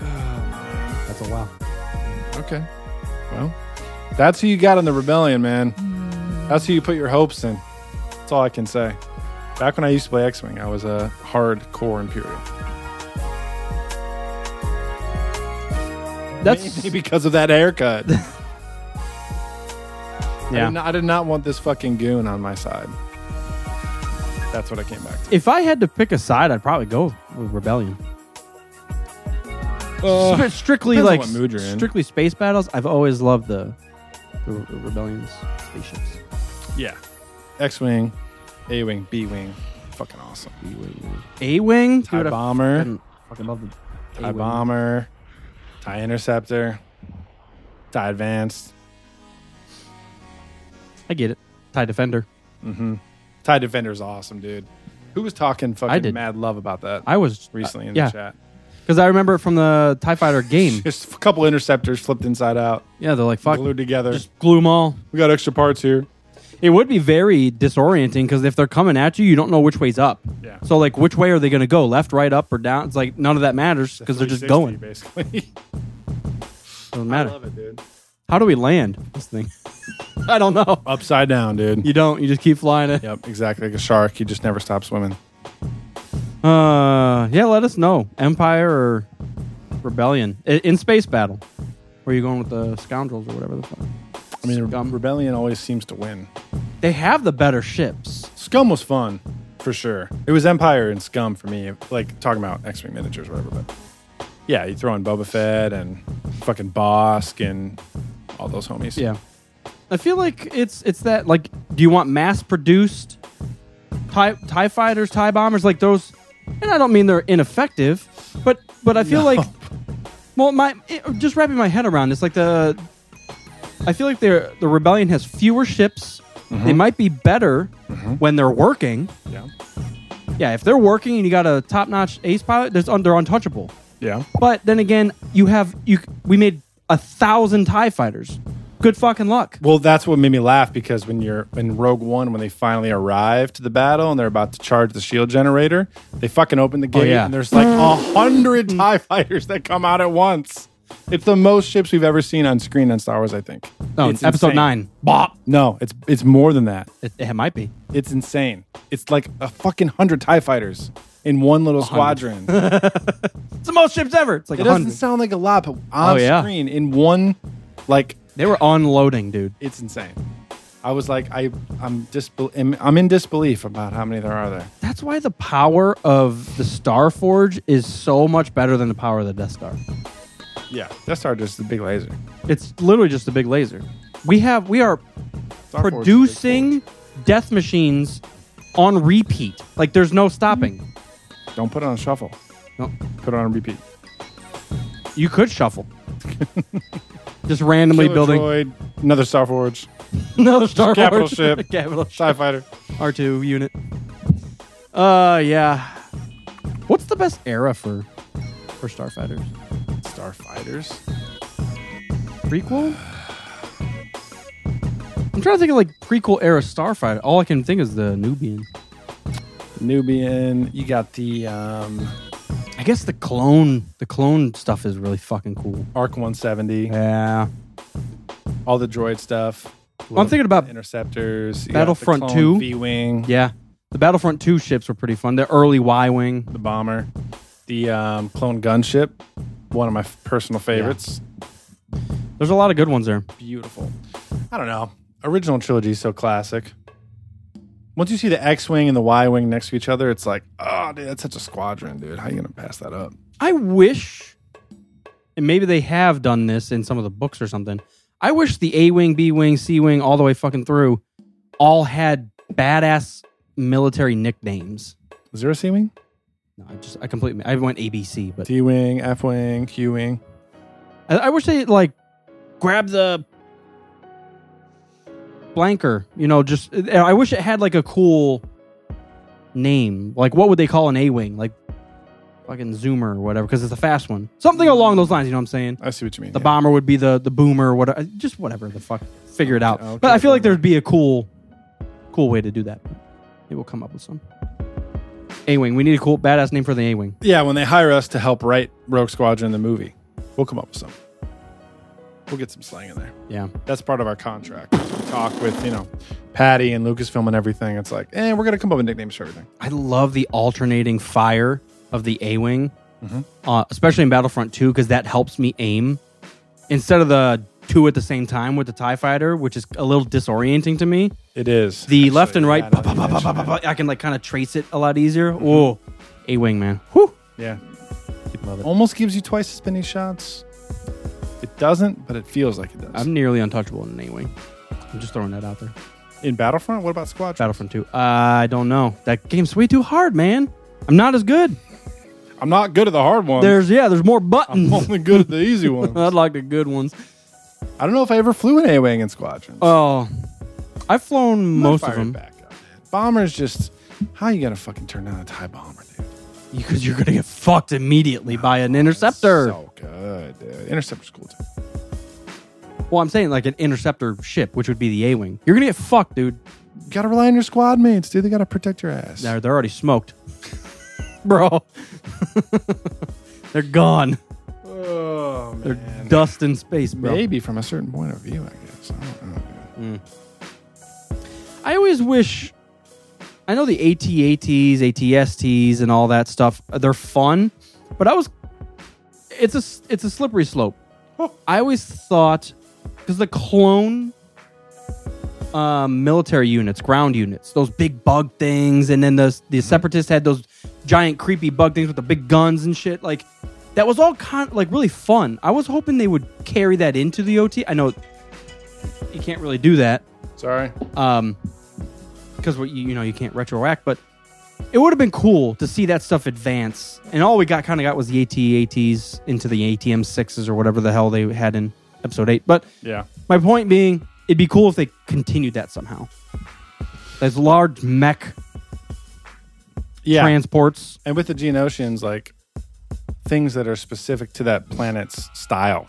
Speaker 10: that's a wow.
Speaker 9: Okay. Well, that's who you got in the rebellion, man. That's who you put your hopes in. That's all I can say. Back when I used to play X Wing, I was a hardcore Imperial.
Speaker 10: That's
Speaker 9: Mainly because of that haircut. I,
Speaker 10: yeah.
Speaker 9: did not, I did not want this fucking goon on my side. That's what I came back to.
Speaker 10: If I had to pick a side, I'd probably go with Rebellion. Stri- strictly
Speaker 9: Uh, depends on
Speaker 10: like
Speaker 9: what mood you're in.
Speaker 10: strictly space battles. I've always loved the the, the Rebellion's spaceships.
Speaker 9: Yeah. X Wing, A Wing, B Wing. Fucking awesome.
Speaker 10: A wing,
Speaker 9: TIE bomber.
Speaker 10: Fucking, fucking love the
Speaker 9: TIE
Speaker 10: A-wing.
Speaker 9: Bomber, TIE Interceptor, TIE Advanced,
Speaker 10: I get it. Tie defender.
Speaker 9: TIE Defender's awesome, dude. Who was talking fucking
Speaker 10: did.
Speaker 9: mad love about that?
Speaker 10: I was uh,
Speaker 9: recently in
Speaker 10: yeah,
Speaker 9: the chat.
Speaker 10: because I remember from the Tie fighter game.
Speaker 9: Just a couple interceptors flipped inside out,
Speaker 10: yeah, they're like fuck,
Speaker 9: glued together.
Speaker 10: just glue them all.
Speaker 9: we got extra parts here.
Speaker 10: It would be very disorienting because if they're coming at you, you don't know which way's up.
Speaker 9: Yeah.
Speaker 10: So like, which way are they going to go? Left, right, up, or down? It's like none of that matters because they're just
Speaker 9: 360,
Speaker 10: going.
Speaker 9: basically.
Speaker 10: Doesn't
Speaker 9: I
Speaker 10: matter.
Speaker 9: love it, dude.
Speaker 10: How do we land this thing? I don't know.
Speaker 9: Upside down, dude.
Speaker 10: You don't. You just keep flying it.
Speaker 9: Yep, exactly like a shark. You just never stop swimming.
Speaker 10: Uh, yeah. Let us know, Empire or Rebellion I- in space battle. Where are you going with the scoundrels or whatever the fuck?
Speaker 9: I mean,
Speaker 10: Scum.
Speaker 9: rebellion always seems to win.
Speaker 10: They have the better ships.
Speaker 9: Scum was fun for sure. It was Empire and Scum for me. Like talking about X Wing miniatures, or whatever. But yeah, you throw in Boba Fett and fucking Bosk and all those homies.
Speaker 10: Yeah. I feel like it's it's that like do you want mass produced tie tie fighters, tie bombers like those and I don't mean they're ineffective, but but I feel like well my it- just wrapping my head around it's like the I feel like they're, the rebellion has fewer ships. They might be better when they're working.
Speaker 9: yeah,
Speaker 10: Yeah, if they're working and you got a top-notch ace pilot, there's un- they're untouchable.
Speaker 9: yeah.
Speaker 10: But then again, you have you. We made a thousand Tie Fighters. Good fucking luck.
Speaker 9: Well, that's what made me laugh because when you're in Rogue One, when they finally arrive to the battle and they're about to charge the shield generator, they fucking open the gate
Speaker 10: Oh, yeah.
Speaker 9: and there's like a hundred TIE fighters that come out at once. It's the most ships we've ever seen on screen on Star Wars, I think.
Speaker 10: No,
Speaker 9: It's
Speaker 10: Oh, episode
Speaker 9: insane.
Speaker 10: nine. Bop.
Speaker 9: No, it's it's more than that.
Speaker 10: It, it might be.
Speaker 9: It's insane. It's like a fucking hundred TIE fighters in one little squadron. it
Speaker 10: It's the most ships ever. It's like a
Speaker 9: doesn't
Speaker 10: hundred.
Speaker 9: sound like a lot, but on
Speaker 10: Oh, yeah.
Speaker 9: screen in one like
Speaker 10: They were unloading, dude.
Speaker 9: it's insane. I was like, I, I'm disbel- I'm- I'm in disbelief about how many there are there.
Speaker 10: That's why the power of the Star Forge is so much better than the power of the Death Star.
Speaker 9: Yeah, Death Star just the big laser.
Speaker 10: It's literally just a big laser. We have we are
Speaker 9: Star Forge is a big
Speaker 10: producing death machines on repeat. Like there's no stopping.
Speaker 9: forge. Don't put it on shuffle.
Speaker 10: No,
Speaker 9: Put it on repeat.
Speaker 10: you could shuffle. just randomly
Speaker 9: Killer
Speaker 10: building
Speaker 9: droid, another Star Forge,
Speaker 10: another Star
Speaker 9: Capital
Speaker 10: Forge.
Speaker 9: ship.
Speaker 10: capital ship.
Speaker 9: Tie Fighter.
Speaker 10: R2 unit. Uh, yeah. What's the best era for or Starfighters?
Speaker 9: Starfighters.
Speaker 10: Prequel? I'm trying to think of like prequel era Starfighter. All I can think is the Nubian.
Speaker 9: Nubian. You got the um,
Speaker 10: I guess the clone, the clone stuff is really fucking cool.
Speaker 9: Arc 170.
Speaker 10: Yeah.
Speaker 9: All the droid stuff.
Speaker 10: I'm thinking about
Speaker 9: interceptors. You got the
Speaker 10: Battlefront
Speaker 9: clone
Speaker 10: 2.
Speaker 9: V-wing.
Speaker 10: yeah, the Battlefront 2 ships were pretty fun. The early Y-wing.
Speaker 9: the bomber, the um, clone gunship, one of my f- personal favorites.
Speaker 10: There's a lot of good ones there.
Speaker 9: Beautiful. I don't know. Original trilogy is so classic. Once you see the X wing and the Y wing next to each other, it's like, oh, dude, that's such a squadron, dude. How you gonna pass that up?
Speaker 10: I wish, and maybe they have done this in some of the books or something. I wish the A wing, B wing, C wing, all the way fucking through, all had badass military nicknames.
Speaker 9: Is there a C wing?
Speaker 10: No, I just I completely I went ABC, but
Speaker 9: D wing, F wing, Q wing.
Speaker 10: I, I wish they like grab the blanker. You know, just I wish it had like a cool name. Like, what would they call an A wing? Like fucking Zoomer or whatever, because it's a fast one. Something along those lines. You know what I'm saying?
Speaker 9: I see what you mean.
Speaker 10: The
Speaker 9: yeah.
Speaker 10: bomber would be the the boomer, or whatever. Just whatever the fuck. Figure it out.
Speaker 9: Okay,
Speaker 10: but I feel like
Speaker 9: boomer.
Speaker 10: there'd be a cool, cool way to do that. Maybe we'll come up with some. A wing. We need a cool badass name for the A wing.
Speaker 9: Yeah, when they hire us to help write Rogue Squadron the movie, we'll come up with some. We'll get some slang in there.
Speaker 10: Yeah.
Speaker 9: that's part of our contract. Talk with, you know, Patty and Lucasfilm and everything. It's like, eh, we're going to come up with nicknames for everything.
Speaker 10: I love the alternating fire of the A Wing,
Speaker 9: Mm-hmm.
Speaker 10: uh, especially in Battlefront 2, because that helps me aim. Instead of the two at the same time with the TIE fighter, which is a little disorienting to me,
Speaker 9: It is.
Speaker 10: the left and right,
Speaker 9: yeah, I
Speaker 10: bah,
Speaker 9: know
Speaker 10: bah,
Speaker 9: you
Speaker 10: bah, bah, bah,
Speaker 9: mentioned
Speaker 10: bah, I can like kind of trace it a lot easier. Whoa, A Wing, man. Whew.
Speaker 9: Yeah.
Speaker 10: Love it.
Speaker 9: Almost gives you twice as many shots. It doesn't, but it feels like it does.
Speaker 10: I'm nearly untouchable in an A Wing. I'm just throwing that out there.
Speaker 9: in Battlefront, what about Squadron?
Speaker 10: Battlefront 2. I don't know. That game's way too hard, man. I'm not as good.
Speaker 9: I'm not good at the hard ones.
Speaker 10: There's, Uh, yeah, there's more
Speaker 9: Um, I'm
Speaker 10: buttons.
Speaker 9: only good at the easy ones.
Speaker 10: I'd like the good ones.
Speaker 9: I don't know if I ever flew an A-Wing in Squadron.
Speaker 10: Oh, I've flown
Speaker 9: I'm gonna
Speaker 10: most of
Speaker 9: fire it
Speaker 10: them
Speaker 9: Back up, man. Bombers just, how you going to fucking turn down a TIE bomber, dude?
Speaker 10: because you're gonna get fucked immediately by an interceptor.
Speaker 9: Oh, So good, dude. Interceptor's cool, too.
Speaker 10: Well, I'm saying like an interceptor ship, which would be the A-wing. You're gonna get fucked, dude.
Speaker 9: You got to rely on your squad mates, dude. They got to protect your ass.
Speaker 10: They're they're already smoked, bro. they're gone.
Speaker 9: Oh, man.
Speaker 10: They're dust in space, bro.
Speaker 9: Maybe from a certain point of view, I guess. I don't know. dude.
Speaker 10: I always wish. I know the ATATs, ATSTs, and all that stuff. uh, They're fun, but I was. It's a it's a slippery slope. I always thought because the clone um, military units, ground units, those big bug things, and then the the separatists had those giant creepy bug things with the big guns and shit. Like that was all kind like really fun. I was hoping they would carry that into the OT. I know you can't really do that
Speaker 9: Sorry.
Speaker 10: um because you, you know you can't retroact but it would have been cool to see that stuff advance and all we got kind of got was the AT-ATs into the ATM sixes or whatever the hell they had in episode eight but
Speaker 9: Yeah.
Speaker 10: my point being it'd be cool if they continued that somehow those large mech
Speaker 9: Yeah.
Speaker 10: transports
Speaker 9: and with the Geonosians, like things that are specific to that planet's style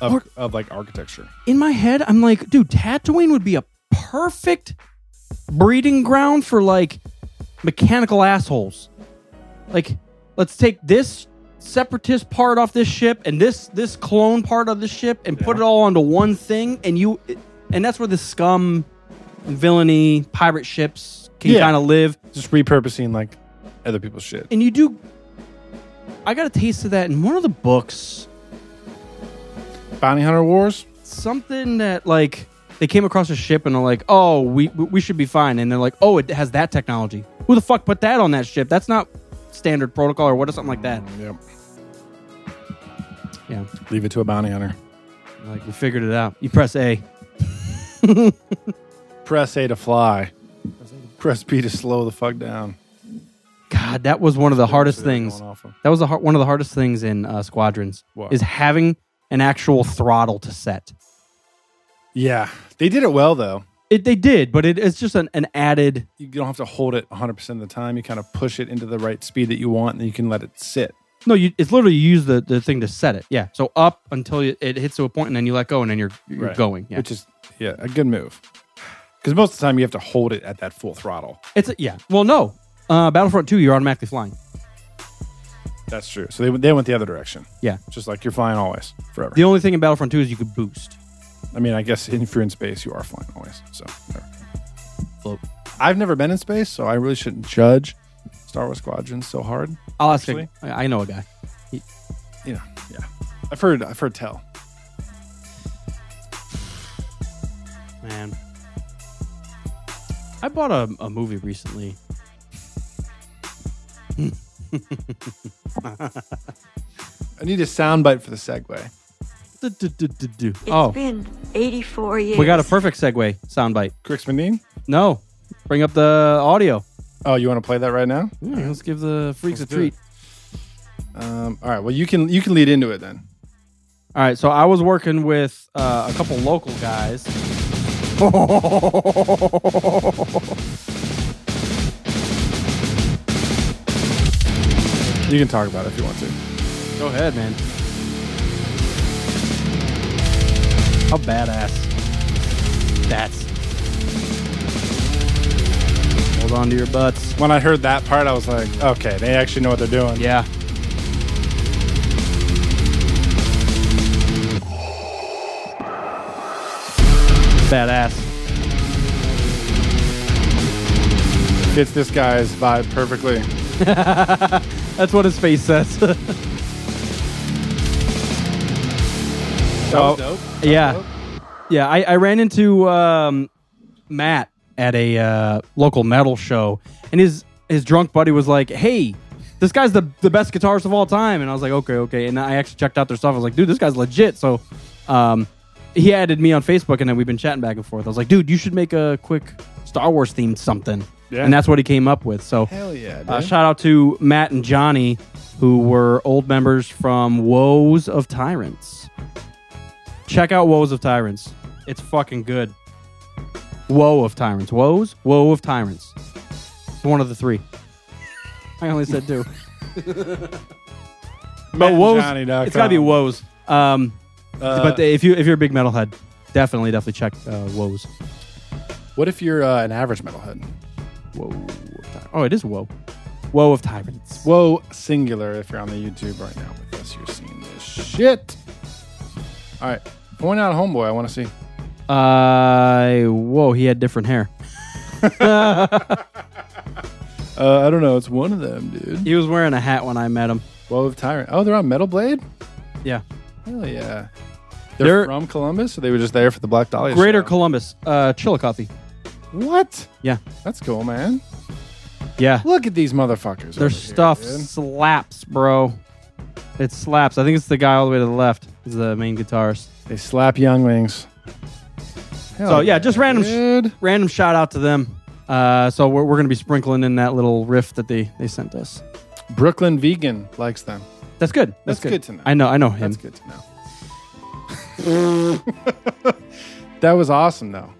Speaker 9: of,
Speaker 10: Or-
Speaker 9: of like architecture.
Speaker 10: in my head I'm like dude Tatooine would be a perfect breeding ground for like mechanical assholes like let's take this separatist part off this ship and this this clone part of the ship and put it all onto one thing and you and that's where the scum villainy pirate ships can
Speaker 9: Yeah.
Speaker 10: kind of live
Speaker 9: Just repurposing like other people's shit.
Speaker 10: and you do i got a taste of that in one of the books
Speaker 9: Bounty Hunter Wars?
Speaker 10: something that like they came across a ship and they're like oh we we should be fine and they're like oh it has that technology who the fuck put that on that ship that's not standard protocol or what or something like that
Speaker 9: Yep.
Speaker 10: yeah
Speaker 9: Leave it to a bounty hunter.
Speaker 10: like we figured it out you press a
Speaker 9: Press A to fly. Press B to slow the fuck down.
Speaker 10: God, that was one of the hardest things.
Speaker 9: going off of.
Speaker 10: That was the har- one of the hardest things in uh, Squadrons
Speaker 9: What?
Speaker 10: is having an actual throttle to set.
Speaker 9: Yeah. They did it well though.
Speaker 10: It, they did, but it, it's just an, an added.
Speaker 9: You don't have to hold it 100% of the time. You kind of push it into the right speed that you want and then you can let it sit.
Speaker 10: No, you, it's literally you use the, the thing to set it. Yeah. So up until you, it hits to a point and then you let go and then you're, you're
Speaker 9: Right.
Speaker 10: going. Yeah.
Speaker 9: Which is yeah, a good move. Because most of the time you have to hold it at that full throttle.
Speaker 10: it's a, yeah. Well, no. Uh, Battlefront 2, you're automatically flying.
Speaker 9: That's true. So they, they went the other direction.
Speaker 10: Yeah.
Speaker 9: Just like you're flying always, forever.
Speaker 10: The only thing in Battlefront 2 is you could boost.
Speaker 9: I mean, I guess if you're in space, you are flying always. So whatever.
Speaker 10: Well,
Speaker 9: I've never been in space, so I really shouldn't judge Star Wars Squadron so hard.
Speaker 10: I'll ask.
Speaker 9: Actually?
Speaker 10: A, I I know a guy.
Speaker 9: You know, yeah. I've heard, I've heard tell.
Speaker 10: Man. I bought a, a movie recently.
Speaker 9: I need a soundbite for the segue.
Speaker 10: Du- du- du- du- du.
Speaker 4: It's
Speaker 10: Oh,
Speaker 4: been 84 years.
Speaker 10: we got a perfect segue soundbite.
Speaker 9: Crix Mendine?
Speaker 10: No. Bring up the audio.
Speaker 9: Oh, you want to play that right now?
Speaker 10: Yeah, let's give the freaks
Speaker 9: Let's
Speaker 10: a
Speaker 9: do
Speaker 10: treat.
Speaker 9: it. Um, all right. Well, you can you can lead into it then.
Speaker 10: All right, so I was working with uh, a couple local guys.
Speaker 9: You can talk about it if you want to.
Speaker 10: Go ahead, man. How badass. That's. Hold on to your butts.
Speaker 9: When I heard that part, I was like, okay, they actually know what they're doing.
Speaker 10: Yeah. Badass.
Speaker 9: Fits this guy's vibe perfectly.
Speaker 10: That's what his face says.
Speaker 9: oh,
Speaker 10: yeah. Yeah, I, I ran into um, Matt at a uh, local metal show, and his his drunk buddy was like, "Hey, this guy's the the best guitarist of all time," and I was like, "Okay, okay." And I actually checked out their stuff. I was like, "Dude, this guy's legit." So, um, he added me on Facebook, and then we've been chatting back and forth. I was like, "Dude, you should make a quick Star Wars themed something,"
Speaker 9: Yeah.
Speaker 10: and that's what he came up with. So,
Speaker 9: Hell yeah, dude.
Speaker 10: uh, shout out to Matt and Johnny, who were old members from Woes of Tyrants. Check out Woes of Tyrants. It's fucking good. Woe of Tyrants. Woes? Woe of Tyrants. It's one of the three. I only said two. but Woes.
Speaker 9: MattandJohnny.com.
Speaker 10: It's got to be Woes. Um,
Speaker 9: Uh,
Speaker 10: but if, you, if you're a big metalhead, definitely, definitely check uh, Woes.
Speaker 9: what if you're uh, an average metalhead?
Speaker 10: Woe. of Ty- Oh, it is Woe. Woe of Tyrants.
Speaker 9: Whoa, singular. If you're on the YouTube right now with us, you're seeing this shit. All right, point out homeboy. I want to see.
Speaker 10: Uh, whoa, he had different hair.
Speaker 9: Uh, I don't know. It's one of them, dude.
Speaker 10: He was wearing a hat when I met him.
Speaker 9: Whoa, tyrant. Oh, they're on Metal Blade.
Speaker 10: Yeah.
Speaker 9: Hell yeah. They're,
Speaker 10: They're-
Speaker 9: from Columbus, so they were just there for the Black Dahlia.
Speaker 10: Greater
Speaker 9: show?
Speaker 10: Columbus, uh, Chillicothe.
Speaker 9: what?
Speaker 10: Yeah.
Speaker 9: That's cool, man.
Speaker 10: Yeah.
Speaker 9: Look at these motherfuckers.
Speaker 10: Their
Speaker 9: over here,
Speaker 10: stuff
Speaker 9: dude.
Speaker 10: slaps, bro. It slaps. I think it's the guy all the way to the left is the main guitarist.
Speaker 9: They slap young wings. Hell
Speaker 10: So, yeah, just random sh-
Speaker 9: dude.
Speaker 10: Random shout out to them. Uh, so we're, we're going to be sprinkling in that little riff that they, they sent us.
Speaker 9: Brooklyn vegan likes them.
Speaker 10: That's good. That's,
Speaker 9: That's good to know.
Speaker 10: I know. I know him.
Speaker 9: That's good to know. that was awesome, though.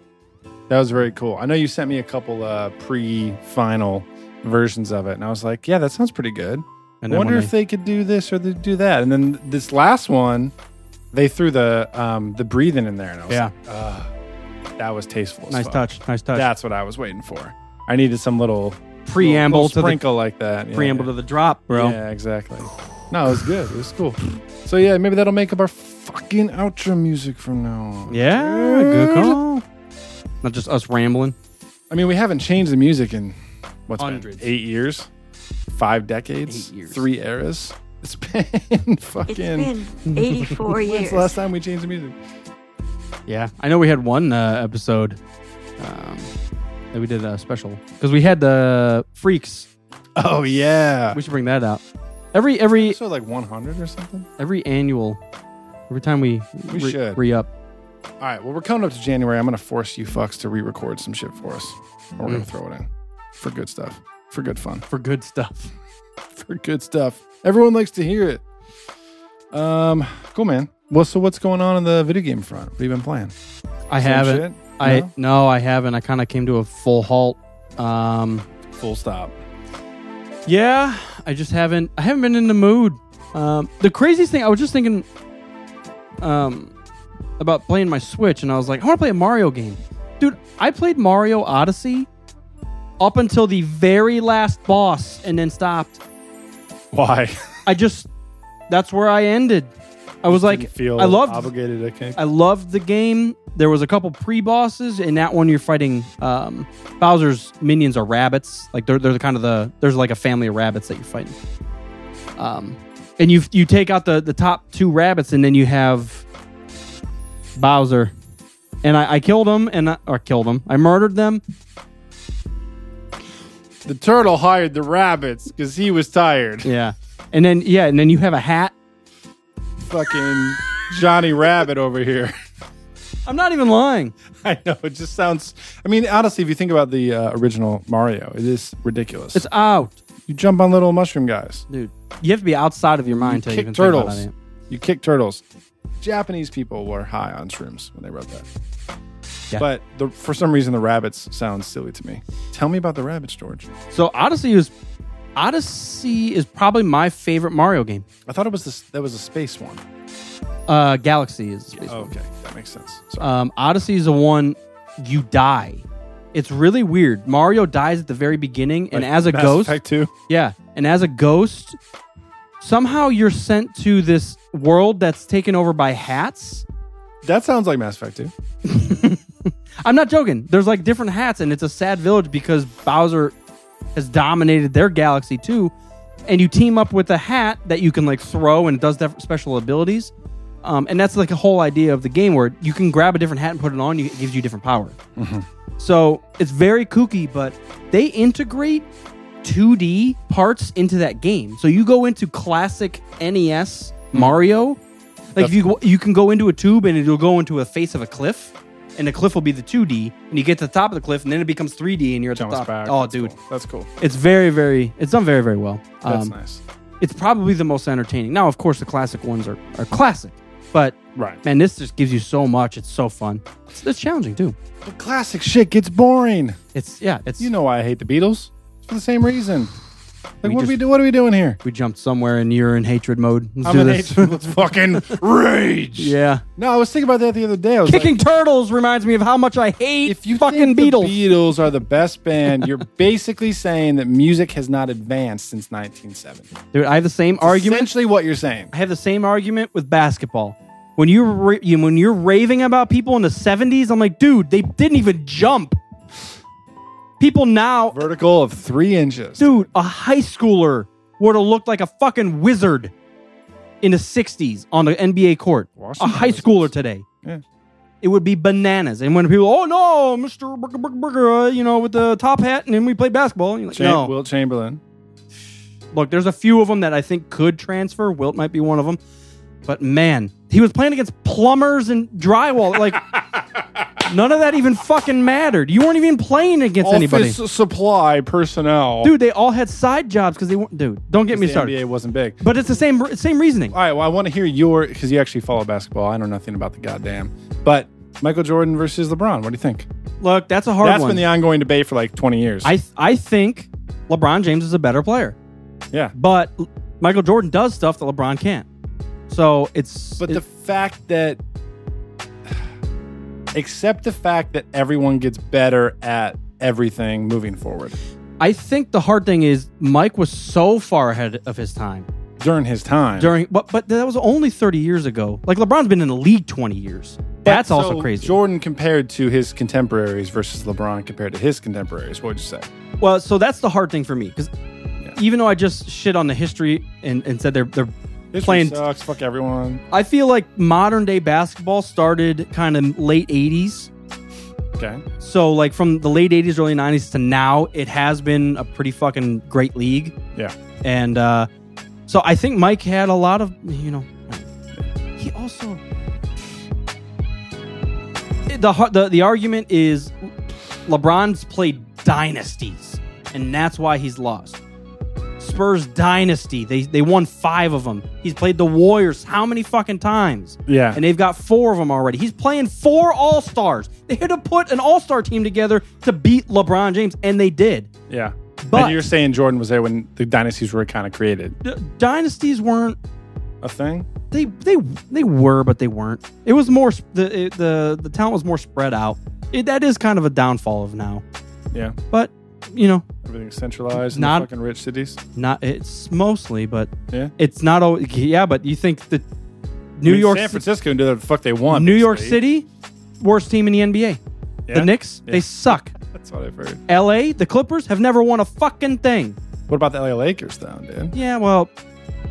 Speaker 9: That was very cool. I know you sent me a couple uh, pre-final versions of it, and I was like, "Yeah, that sounds pretty good."
Speaker 10: And
Speaker 9: I
Speaker 10: then
Speaker 9: wonder
Speaker 10: when
Speaker 9: if they could do this or they do that. And then this last one, they threw the um, the breathing in there, and I was
Speaker 10: Yeah.
Speaker 9: like, "Ugh, "That was tasteful." as
Speaker 10: nice
Speaker 9: fuck."
Speaker 10: touch. Nice touch.
Speaker 9: That's what I was waiting for. I needed some little
Speaker 10: Preamble
Speaker 9: little
Speaker 10: to the
Speaker 9: sprinkle like that. Yeah,
Speaker 10: preamble
Speaker 9: yeah.
Speaker 10: to the drop, bro.
Speaker 9: Yeah, exactly. No, it was good. It was cool. So yeah, maybe that'll make up our fucking outro music from now on.
Speaker 10: Yeah, good call. Not just us rambling.
Speaker 9: I mean, we haven't changed the music in what's
Speaker 10: Hundreds.
Speaker 9: been eight years, five decades,
Speaker 10: Eight years.
Speaker 9: three eras. It's been
Speaker 4: It's
Speaker 9: fucking.
Speaker 4: been 84
Speaker 9: When's
Speaker 4: years.
Speaker 9: the last time we changed the music?
Speaker 10: Yeah, I know we had one uh, episode um, that we did a special because we had the freaks.
Speaker 9: Oh yeah,
Speaker 10: We should bring that out. Every every
Speaker 9: so like 100 or something.
Speaker 10: every annual, every time we
Speaker 9: We should.
Speaker 10: re up.
Speaker 9: All right, well we're coming up to January. I'm gonna force you fucks to re-record some shit for us. And We're gonna throw it in for good stuff, for good fun.
Speaker 10: for good stuff.
Speaker 9: for good stuff. Everyone likes to hear it. Um, cool man. Well, so what's going on in the video game front? What have you been playing?
Speaker 10: I
Speaker 9: Same
Speaker 10: haven't.
Speaker 9: shit?
Speaker 10: I
Speaker 9: No?
Speaker 10: no? I haven't. I kind of came to a full halt. Um,
Speaker 9: Full stop.
Speaker 10: yeah, I just haven't. I haven't been in the mood. Um, the craziest thing, I was just thinking um, about playing my Switch, and I was like, I want to play a Mario game. Dude, I played Mario Odyssey up until the very last boss and then stopped.
Speaker 9: Why?
Speaker 10: I just, that's where I ended. I was like,
Speaker 9: feel
Speaker 10: I loved
Speaker 9: obligated to keep-
Speaker 10: I loved the game. There was a couple pre bosses. In that one, you're fighting um, Bowser's minions are rabbits. Like they're they're kind of the there's like a family of rabbits that you're fighting. Um, and you you take out the the top two rabbits, and then you have Bowser. And I, I killed him, and I, or killed him. I murdered them.
Speaker 6: The turtle hired the rabbits because he was tired.
Speaker 10: Yeah, and then yeah, and then you have a hat.
Speaker 9: fucking Johnny Rabbit over here.
Speaker 10: I'm not even lying.
Speaker 9: I know it just sounds. I mean, honestly, if you think about the uh, original Mario, it is ridiculous.
Speaker 10: It's out,
Speaker 9: you jump on little mushroom guys,
Speaker 10: dude. You have to be outside of your mind to
Speaker 9: kick
Speaker 10: even
Speaker 9: turtles,
Speaker 10: Think about
Speaker 9: you kick turtles. Japanese people were high on shrooms when they wrote that.
Speaker 10: Yeah.
Speaker 9: But the, for some reason, the rabbits sounds silly to me. Tell me about the rabbits, George.
Speaker 10: it. So Odyssey is Odyssey is probably my favorite Mario game.
Speaker 9: I thought it was this. That was a space one.
Speaker 10: Uh, Galaxy is the space one.
Speaker 9: okay, that makes sense. Sorry.
Speaker 10: Um, Odyssey is the one you die. It's really weird. Mario dies at the very beginning, and
Speaker 9: Like
Speaker 10: as a
Speaker 9: Mass
Speaker 10: ghost,
Speaker 9: Effect 2.
Speaker 10: yeah, and as a ghost, somehow you're sent to this world that's taken over by hats.
Speaker 9: That sounds like Mass Effect 2.
Speaker 10: I'm not joking. There's like different hats, and it's a sad village because Bowser has dominated their galaxy too. And you team up with a hat that you can like throw and it does different special abilities. Um, and that's like a whole idea of the game where you can grab a different hat and put it on, you, it gives you different power.
Speaker 9: Mm-hmm.
Speaker 10: So it's very kooky, but they integrate 2D parts into that game. So you go into classic NES
Speaker 9: Mm-hmm.
Speaker 10: Mario, like if you go- you can go into a tube and it'll go into a face of a cliff, and the cliff will be the 2D, and you get to the top of the cliff, and then it becomes 3D, and you're at the
Speaker 9: Jumps
Speaker 10: top.
Speaker 9: back.
Speaker 10: Oh,
Speaker 9: That's
Speaker 10: dude,
Speaker 9: cool. that's cool.
Speaker 10: it's very, very, it's done very, very well.
Speaker 9: That's
Speaker 10: Um,
Speaker 9: nice.
Speaker 10: It's probably the most entertaining. Now, of course, the classic ones are are classic, but
Speaker 9: Right.
Speaker 10: man, this just gives you so much. It's so fun. It's, it's challenging too.
Speaker 9: But classic shit gets boring.
Speaker 10: It's yeah, it's
Speaker 9: You know why I hate the Beatles? It's for the same reason. Like,
Speaker 10: We
Speaker 9: what,
Speaker 10: just-
Speaker 9: are we do, what are we doing here?
Speaker 10: We jumped somewhere and you're in hatred mode. Let's
Speaker 9: I'm
Speaker 10: do
Speaker 9: an
Speaker 10: this.
Speaker 9: H. Let's fucking rage.
Speaker 10: yeah.
Speaker 9: No, I was thinking about that the other day. I was
Speaker 10: Kicking
Speaker 9: like,
Speaker 10: turtles reminds me of how much I hate
Speaker 9: if you think
Speaker 10: fucking
Speaker 9: the
Speaker 10: Beatles.
Speaker 9: Beatles are the best band, you're basically saying that music has not advanced since 1970.
Speaker 10: Dude, I have the same argument.
Speaker 9: Essentially, what you're saying.
Speaker 10: I have the same argument with basketball. When you're ra- you- when you're raving about people in the 70s, I'm like, dude, they didn't even jump. People now,
Speaker 9: Vertical of three inches.
Speaker 10: dude, a high schooler would have looked like a fucking wizard in the 60s on the NBA court.
Speaker 9: Washington
Speaker 10: a high
Speaker 9: Wizards.
Speaker 10: schooler today.
Speaker 9: Yeah.
Speaker 10: it would be bananas. And when people, oh no, Mister, uh, you know, with the top hat, and then we played basketball. And you're like,
Speaker 9: Cham-
Speaker 10: no,
Speaker 9: Wilt Chamberlain.
Speaker 10: look, there's a few of them that I think could transfer. Wilt might be one of them, but man, he was playing against plumbers and drywall. Like none of that even fucking mattered. You weren't even playing against anybody,
Speaker 9: Office supply personnel.
Speaker 10: dude. They all had side jobs because they weren't. Dude, don't get me
Speaker 9: the
Speaker 10: started.
Speaker 9: NBA wasn't big.
Speaker 10: But it's the same same reasoning.
Speaker 9: All right. Well, I want to hear your because you actually follow basketball. I know nothing about the goddamn. But Michael Jordan versus LeBron. What do you think?
Speaker 10: Look, that's a hard
Speaker 9: That's
Speaker 10: one.
Speaker 9: been the ongoing debate for like 20 years.
Speaker 10: I I think LeBron James is a better player.
Speaker 9: yeah.
Speaker 10: but L- Michael Jordan does stuff that LeBron can't. So it's
Speaker 9: But
Speaker 10: it-
Speaker 9: the fact that, except the fact that everyone gets better at everything moving forward
Speaker 10: I think the hard thing is Mike was so far ahead of his time
Speaker 9: during his time.
Speaker 10: during, but but that was only thirty years ago. Like LeBron's been in the league twenty years. That's
Speaker 9: So
Speaker 10: also crazy.
Speaker 9: Jordan compared to his contemporaries versus LeBron compared to his contemporaries. What would you say?
Speaker 10: Well, so that's the hard thing for me because even though I just shit on the history and, and said they're they're
Speaker 9: History
Speaker 10: playing
Speaker 9: sucks. Fuck everyone.
Speaker 10: I feel like modern day basketball started kind of late 80s.
Speaker 9: Okay.
Speaker 10: So, like from the late 80s, early 90s to now, it has been a pretty fucking great league.
Speaker 9: Yeah.
Speaker 10: And uh, so I think Mike had a lot of, you know, he also. The, har- the, the argument is LeBron's played dynasties, and that's why he's lost. Spurs dynasty. They, they won five of them. He's played the Warriors how many fucking times?
Speaker 9: Yeah.
Speaker 10: And they've got four of them already. He's playing four All Stars. They had to put an All Star team together to beat LeBron James, and they did.
Speaker 9: Yeah.
Speaker 10: But-
Speaker 9: and you're saying Jordan was there when the dynasties were kind of created.
Speaker 10: D- dynasties weren't
Speaker 9: a thing?
Speaker 10: They they they were, but they weren't. It was more sp- the it, the the talent was more spread out. It, that is kind of a downfall of now,
Speaker 9: Yeah,
Speaker 10: but you know,
Speaker 9: everything's centralized. in the
Speaker 10: Not-
Speaker 9: fucking rich cities.
Speaker 10: not it's mostly, but
Speaker 9: Yeah,
Speaker 10: it's not always. Yeah, but you think the
Speaker 9: I
Speaker 10: New
Speaker 9: mean,
Speaker 10: York
Speaker 9: San Francisco can do whatever the fuck they want.
Speaker 10: New York
Speaker 9: basically.
Speaker 10: City, worst team in the NBA.
Speaker 9: Yeah?
Speaker 10: The Knicks,
Speaker 9: Yeah.
Speaker 10: they suck.
Speaker 9: That's what I've heard.
Speaker 10: LA, the Clippers have never won a fucking thing.
Speaker 9: What about the LA Lakers, though, dude?
Speaker 10: Yeah, well,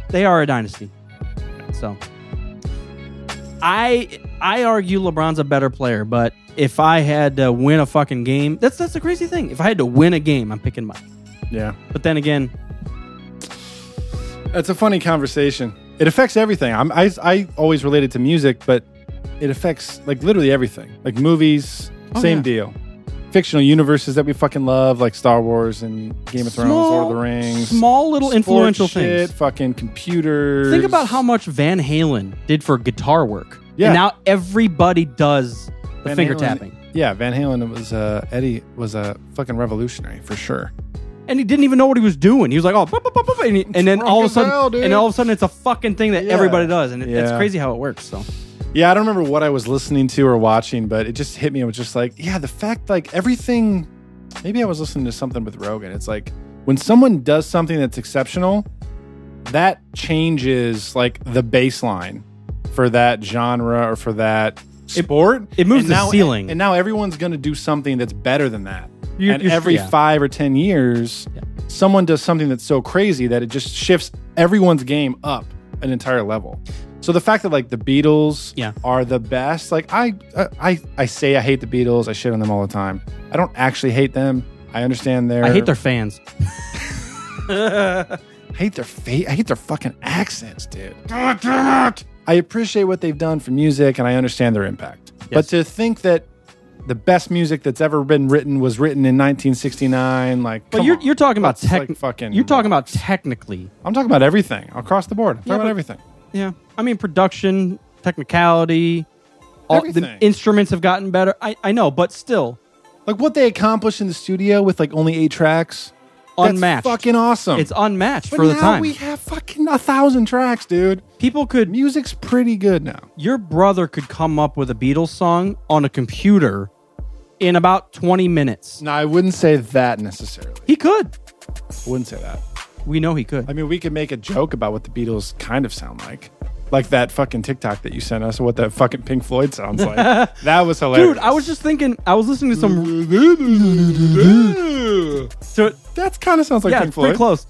Speaker 10: they are a dynasty. So I I argue LeBron's a better player, but if I had to win a fucking game, that's that's the crazy thing. If I had to win a game, I'm picking Mike.
Speaker 9: Yeah.
Speaker 10: But then again,
Speaker 9: That's a funny conversation. It affects everything. I'm, I, I always relate it to music, but it affects like literally everything. Like movies,
Speaker 10: Oh,
Speaker 9: same
Speaker 10: yeah.
Speaker 9: deal. Fictional universes that we fucking love, like Star Wars and Game of Thrones, Lord of the Rings.
Speaker 10: small little
Speaker 9: sports
Speaker 10: influential
Speaker 9: shit,
Speaker 10: things.
Speaker 9: Fucking computers.
Speaker 10: Think about how much Van Halen did for guitar work.
Speaker 9: Yeah.
Speaker 10: And now everybody does the
Speaker 9: Van
Speaker 10: finger
Speaker 9: Halen-
Speaker 10: tapping.
Speaker 9: Yeah, Van Halen was uh, Eddie was a fucking revolutionary for sure.
Speaker 10: and he didn't even know what he was doing. He was like, oh, bup, bup, bup, bup, and, he- and then
Speaker 9: rock
Speaker 10: all of a
Speaker 9: and
Speaker 10: sudden,
Speaker 9: roll, dude.
Speaker 10: and all of a sudden, it's a fucking thing that
Speaker 9: Yeah.
Speaker 10: everybody does, and it, it's
Speaker 9: Yeah.
Speaker 10: crazy how it works. So
Speaker 9: Yeah, I don't remember what I was listening to or watching, but it just hit me. I was just like, yeah, the fact like everything. Maybe I was listening to something with Rogan. It's like when someone does something that's exceptional, that changes like the baseline for that genre or for that sport.
Speaker 10: it moves
Speaker 9: And
Speaker 10: the
Speaker 9: now- e-,
Speaker 10: ceiling.
Speaker 9: and now everyone's going to do something that's better than that.
Speaker 10: You-
Speaker 9: and
Speaker 10: you're-
Speaker 9: every
Speaker 10: yeah.
Speaker 9: five or ten years, someone does something that's so crazy that it just shifts everyone's game up an entire level. So the fact that like the Beatles
Speaker 10: Yeah.
Speaker 9: are the best, like I, I I say I hate the Beatles, I shit on them all the time. I don't actually hate them. I understand their
Speaker 10: I hate their fans.
Speaker 9: I hate their fate. I hate their fucking accents, dude. God damn it. I appreciate what they've done for music and I understand their impact. But to think that the best music that's ever been written was written in 1969, like
Speaker 10: But
Speaker 9: come
Speaker 10: you're
Speaker 9: on.
Speaker 10: you're talking about
Speaker 9: Let's,
Speaker 10: tech,
Speaker 9: like, fucking
Speaker 10: You're talking about technically.
Speaker 9: I'm talking about everything across the board. I'm talking
Speaker 10: Yeah,
Speaker 9: about
Speaker 10: but-
Speaker 9: everything.
Speaker 10: Yeah, I mean production, technicality. All the
Speaker 9: Everything.
Speaker 10: instruments have gotten better. I, I know, but still
Speaker 9: Like what they accomplished in the studio with like only eight tracks. that's
Speaker 10: unmatched.
Speaker 9: fucking awesome.
Speaker 10: It's unmatched
Speaker 9: but
Speaker 10: for the
Speaker 9: now
Speaker 10: time.
Speaker 9: we have fucking a thousand tracks, dude.
Speaker 10: People could
Speaker 9: Music's pretty good now.
Speaker 10: your brother could come up with a Beatles song on a computer in about 20 minutes.
Speaker 9: No, I wouldn't say that necessarily.
Speaker 10: He could.
Speaker 9: Wouldn't say that.
Speaker 10: We know he could.
Speaker 9: I mean, we could make a joke about what the Beatles kind of sound like. Like that fucking TikTok that you sent us, or what that fucking Pink Floyd sounds like. that was hilarious.
Speaker 10: Dude, I was just thinking. I was listening to some. So it-
Speaker 9: That kind of sounds like
Speaker 10: yeah,
Speaker 9: Pink
Speaker 10: it's
Speaker 9: Floyd.
Speaker 10: pretty close.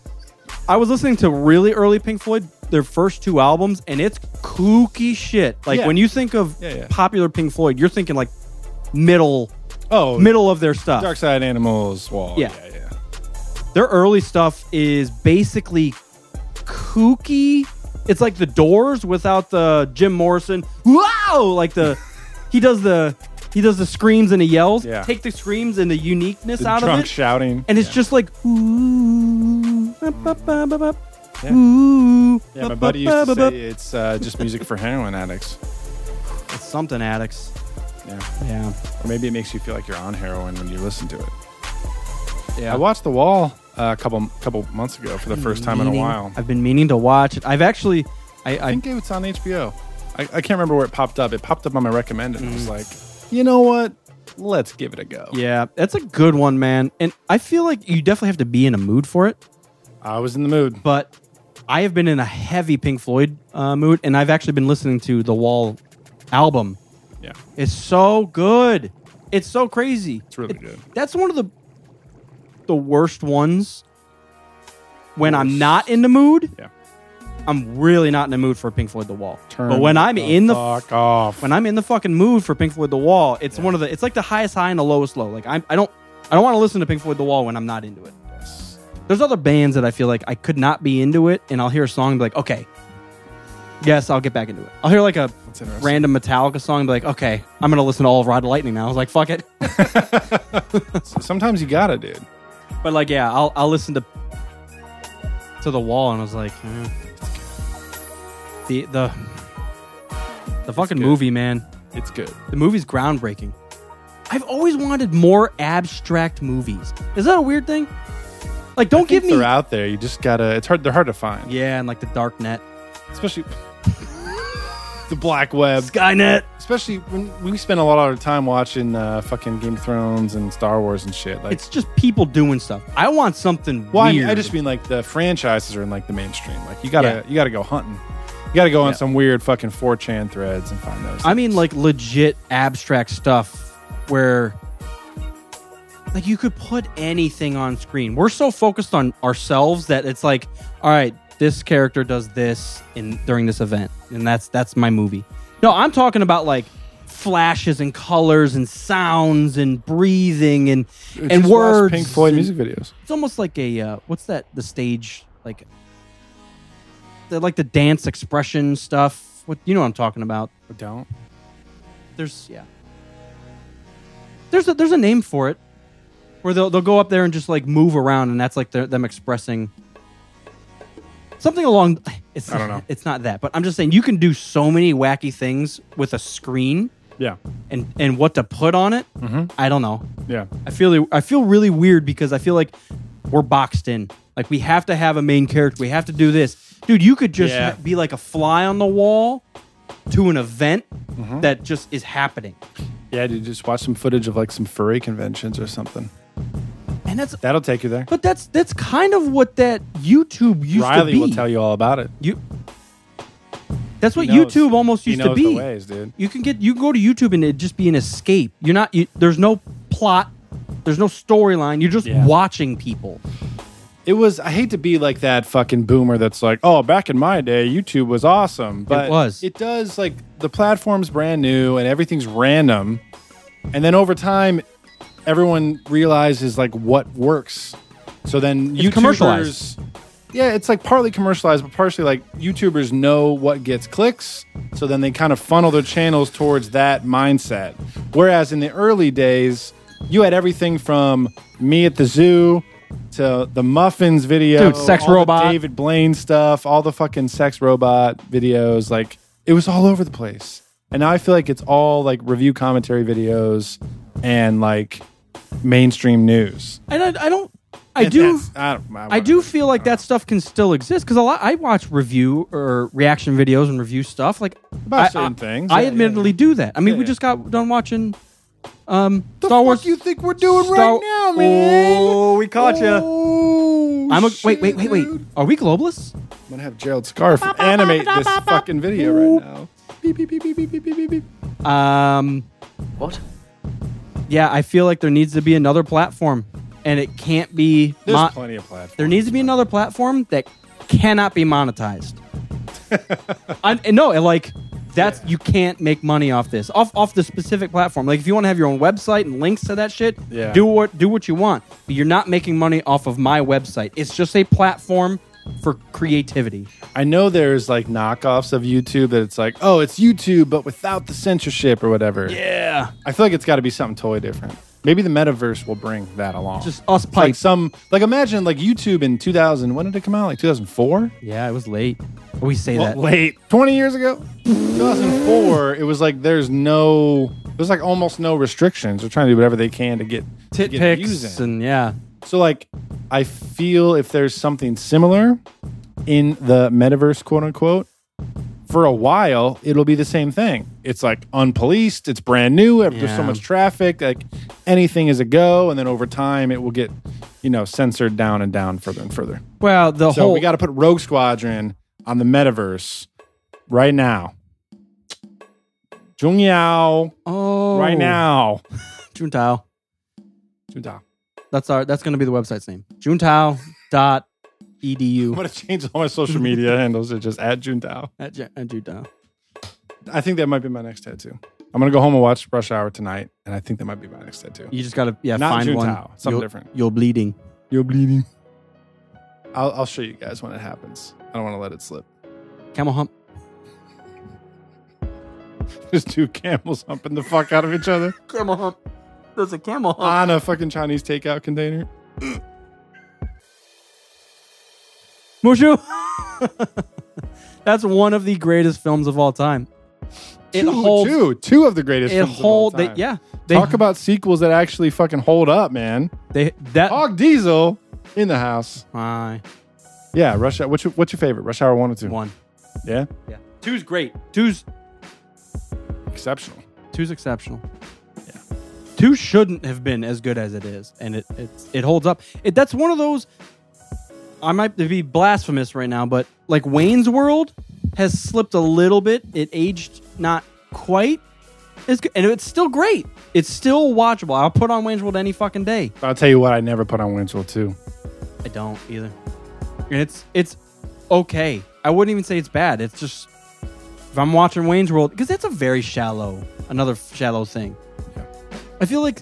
Speaker 10: I was listening to really early Pink Floyd, their first two albums, and it's kooky shit. Like
Speaker 9: Yeah.
Speaker 10: when you think of
Speaker 9: Yeah, yeah.
Speaker 10: popular Pink Floyd, you're thinking like middle,
Speaker 9: Oh,
Speaker 10: middle of their stuff.
Speaker 9: Dark Side Animals Wall.
Speaker 10: Yeah.
Speaker 9: yeah, yeah.
Speaker 10: Their early stuff is basically kooky. It's like the Doors without the Jim Morrison. Wow! Like the he does the he does the screams and the yells.
Speaker 9: Yeah.
Speaker 10: Take the screams and the uniqueness
Speaker 9: The
Speaker 10: out
Speaker 9: drunk
Speaker 10: of it,
Speaker 9: shouting.
Speaker 10: and it's just like ooh, bup, bup, bup, bup, bup,
Speaker 9: Yeah.
Speaker 10: ooh.
Speaker 9: yeah, my
Speaker 10: bup,
Speaker 9: buddy
Speaker 10: bup,
Speaker 9: used to
Speaker 10: bup,
Speaker 9: say
Speaker 10: bup.
Speaker 9: it's uh, just music for heroin addicts,
Speaker 10: It's something addicts.
Speaker 9: Yeah.
Speaker 10: yeah.
Speaker 9: or maybe it makes you feel like you're on heroin when you listen to it.
Speaker 10: Yeah. Mm,
Speaker 9: I watched The Wall uh, a couple couple months ago for the first time in a
Speaker 10: Meaning-
Speaker 9: while.
Speaker 10: I've been meaning to watch it. I've actually, I,
Speaker 9: I
Speaker 10: I
Speaker 9: think it's on HBO. I, I can't remember where it popped up. It popped up on my recommend, and I was like, you know what? Let's give it a go.
Speaker 10: Mm. yeah, that's a good one, man. And I feel like you definitely have to be in a mood for it.
Speaker 9: I was in the mood.
Speaker 10: but I have been in a heavy Pink Floyd uh, mood, and I've actually been listening to the Wall album.
Speaker 9: Yeah,
Speaker 10: It's so good. It's so crazy. It's
Speaker 9: really
Speaker 10: It-
Speaker 9: good.
Speaker 10: That's one of the the worst ones. When I'm not in the mood,
Speaker 9: Yeah.
Speaker 10: I'm really not in the mood for Pink Floyd The Wall. but when I'm in the
Speaker 9: fuck off,
Speaker 10: when I'm in the fucking mood for Pink Floyd The Wall, it's one of the it's like the highest high and the lowest low. Like I'm, I don't I don't want to listen to Pink Floyd The Wall when I'm not into it. There's other bands that I feel like I could not be into it, and I'll hear a song and be like, okay, yes, I'll get back into it. I'll hear like a
Speaker 9: interesting.
Speaker 10: random Metallica song and be like, okay, I'm gonna listen to all of Rod Lightning now. I was like, fuck it.
Speaker 9: sometimes you gotta, dude.
Speaker 10: but like, yeah, I'll I'll listen to to The Wall, and I was like, eh. the the the fucking
Speaker 9: good.
Speaker 10: movie, man.
Speaker 9: It's good.
Speaker 10: The movie's groundbreaking. I've always wanted more abstract movies. Is that a weird thing? Like, don't give me.
Speaker 9: They're out there. You just gotta. It's hard. They're hard to find.
Speaker 10: Yeah, and like the Dark Net.
Speaker 9: especially the black web.
Speaker 10: Skynet.
Speaker 9: Especially when we spend a lot of our time watching uh, fucking Game of Thrones and Star Wars and shit. Like,
Speaker 10: It's just people doing stuff. I want something
Speaker 9: well, I, mean,
Speaker 10: weird.
Speaker 9: I just mean like the franchises are in like the mainstream. Like, you gotta you gotta go hunting. You gotta go on
Speaker 10: Yeah.
Speaker 9: some weird fucking 4chan threads and find those.
Speaker 10: I mean like legit abstract stuff where like you could put anything on screen. We're so focused on ourselves that it's like, all right, this character does this in during this event, and that's that's my movie. No, I'm talking about like flashes and colors and sounds and breathing and
Speaker 9: It's
Speaker 10: and
Speaker 9: just lost
Speaker 10: words.
Speaker 9: Pink Floyd
Speaker 10: and-
Speaker 9: music videos.
Speaker 10: It's almost like a uh, what's that? The stage like the like the dance expression stuff. What you know what I'm talking about?
Speaker 9: I don't.
Speaker 10: there's yeah there's a there's a name for it where they'll they'll go up there and just like move around and that's like their, them expressing something along it's
Speaker 9: I don't know.
Speaker 10: it's not that but i'm just saying you can do so many wacky things with a screen
Speaker 9: Yeah,
Speaker 10: and and what to put on it
Speaker 9: Mm-hmm.
Speaker 10: i don't know
Speaker 9: yeah.
Speaker 10: i feel i feel really weird because i feel like we're boxed in like we have to have a main character we have to do this dude you could just
Speaker 9: Yeah.
Speaker 10: ha- be like a fly on the wall to an event
Speaker 9: Mm-hmm.
Speaker 10: that just is happening
Speaker 9: Yeah, dude, just watch some footage of like some furry conventions or something.
Speaker 10: And that's
Speaker 9: That'll take you there.
Speaker 10: but that's that's kind of what that YouTube used
Speaker 9: Riley
Speaker 10: to be.
Speaker 9: will tell you all about it.
Speaker 10: You- That's what
Speaker 9: He knows.
Speaker 10: YouTube almost
Speaker 9: He
Speaker 10: used to
Speaker 9: knows
Speaker 10: be.
Speaker 9: the ways, dude.
Speaker 10: You can get you go to YouTube and it just be an escape. You're not you, there's no plot, there's no storyline. You're just
Speaker 9: Yeah.
Speaker 10: watching people.
Speaker 9: It was. I hate to be like that fucking boomer that's like, oh, back in my day, YouTube was awesome, but
Speaker 10: was.
Speaker 9: It does like the platform's brand new and everything's random, and then over time, everyone realizes like what works. So then
Speaker 10: It's
Speaker 9: YouTubers,
Speaker 10: commercialized.
Speaker 9: yeah, it's like partly commercialized, but partially like YouTubers know what gets clicks, so then they kind of funnel their channels towards that mindset. Whereas in the early days, you had everything from me at the zoo to the muffins video,
Speaker 10: Dude, sex
Speaker 9: all the
Speaker 10: robot.
Speaker 9: David Blaine stuff, all the fucking sex robot videos. Like it was all over the place, and now I feel like it's all like review commentary videos and like mainstream news.
Speaker 10: And I, I don't I do
Speaker 9: That's- I, don't, I,
Speaker 10: I do feel like that stuff can still exist because a lot I watch review or reaction videos and review stuff like
Speaker 9: About
Speaker 10: I-
Speaker 9: certain
Speaker 10: I-
Speaker 9: things.
Speaker 10: I
Speaker 9: Yeah, yeah,
Speaker 10: admittedly do that. I mean,
Speaker 9: Yeah,
Speaker 10: we
Speaker 9: yeah.
Speaker 10: just got done watching um,
Speaker 9: The
Speaker 10: Star
Speaker 9: fuck
Speaker 10: Wars.
Speaker 9: you think we're doing
Speaker 10: Star-
Speaker 9: right now, man?
Speaker 10: Oh, we caught ya.
Speaker 9: Oh,
Speaker 10: I'm a
Speaker 9: shit,
Speaker 10: wait, wait, wait, wait.
Speaker 9: dude.
Speaker 10: Are we globalists?
Speaker 9: I'm gonna have Gerald Scarf animate this fucking video right now. Beep, beep, beep, beep, beep, beep, beep, beep.
Speaker 10: Um,
Speaker 8: What?
Speaker 10: yeah, I feel like there needs to be another platform, and it can't be.
Speaker 9: There's
Speaker 10: mo-
Speaker 9: plenty of platforms.
Speaker 10: there needs to be another platform that cannot be monetized. I, and no, and like that's you can't make money off this off off the specific platform. Like if you want to have your own website and links to that shit,
Speaker 9: Yeah.
Speaker 10: do what do what you want. But you're not making money off of my website. It's just a platform for creativity.
Speaker 9: I know there's like knockoffs of YouTube that it's like, oh, it's YouTube but without the censorship or whatever.
Speaker 10: Yeah.
Speaker 9: I feel like it's got to be something totally different. Maybe the metaverse will bring that along.
Speaker 10: Just us
Speaker 9: It's like
Speaker 10: pipes.
Speaker 9: some like imagine like YouTube in 2000. When did it come out? Like 2004.
Speaker 10: Yeah, it was late. We say
Speaker 9: Well,
Speaker 10: that.
Speaker 9: late 20 years ago 2004 it was like there's no there's like almost no restrictions they're trying to do whatever they can to get to
Speaker 10: Tit
Speaker 9: get
Speaker 10: pics
Speaker 9: views in.
Speaker 10: and yeah.
Speaker 9: so like i feel if there's something similar in the metaverse quote unquote for a while it'll be the same thing it's like unpoliced it's brand new there's so
Speaker 10: Yeah.
Speaker 9: much traffic like anything is a go and then over time it will get you know censored down and down further and further
Speaker 10: Well, the
Speaker 9: so
Speaker 10: whole
Speaker 9: we got to put Rogue Squadron on the metaverse right now. Jung Yao,
Speaker 10: oh
Speaker 9: right now.
Speaker 10: Juntao.
Speaker 9: Juntao.
Speaker 10: That's our that's going to be the website's name. Juntao dot E
Speaker 9: I'm
Speaker 10: edu
Speaker 9: going to change all my social media handles to just at Juntao.
Speaker 10: at, Ju- at Juntao.
Speaker 9: I think that might be my next tattoo. I'm going to go home and watch Rush Hour tonight, and I think that might be my next tattoo.
Speaker 10: You just got to yeah
Speaker 9: Not
Speaker 10: find one.
Speaker 9: Juntao, something
Speaker 10: You'll-
Speaker 9: different.
Speaker 10: You're bleeding.
Speaker 9: You're bleeding. I'll, I'll show you guys when it happens. I don't want to let it slip.
Speaker 10: Camel hump.
Speaker 9: There's two camels humping the fuck out of each other
Speaker 10: Camel hump. There's a camel hump.
Speaker 9: on a fucking Chinese takeout container.
Speaker 10: Mushu. that's one of the greatest films of all time. It
Speaker 9: two,
Speaker 10: holds.
Speaker 9: two, two of the greatest.
Speaker 10: It
Speaker 9: films of all
Speaker 10: hold. They,
Speaker 9: time.
Speaker 10: yeah. They,
Speaker 9: Talk about sequels that actually fucking hold up, man.
Speaker 10: they that.
Speaker 9: Hog Diesel in the house.
Speaker 10: My
Speaker 9: Yeah, Rush Hour. What's your, what's your favorite? Rush Hour 1 or 2?
Speaker 10: one.
Speaker 9: Yeah.
Speaker 10: Yeah. Two's great. Two's
Speaker 9: Exceptional.
Speaker 10: two's exceptional. Two shouldn't have been as good as it is, and it it's, it holds up. It, that's one of those. I might be blasphemous right now, but like Wayne's World has slipped a little bit. It aged not quite as good, and it's still great. It's still watchable. I'll put on Wayne's World any fucking day.
Speaker 9: I'll tell you what, I never put on Winslow too.
Speaker 10: I don't either. And it's it's okay. I wouldn't even say it's bad. It's just if I'm watching Wayne's World because that's a very shallow, another f- shallow thing. I feel like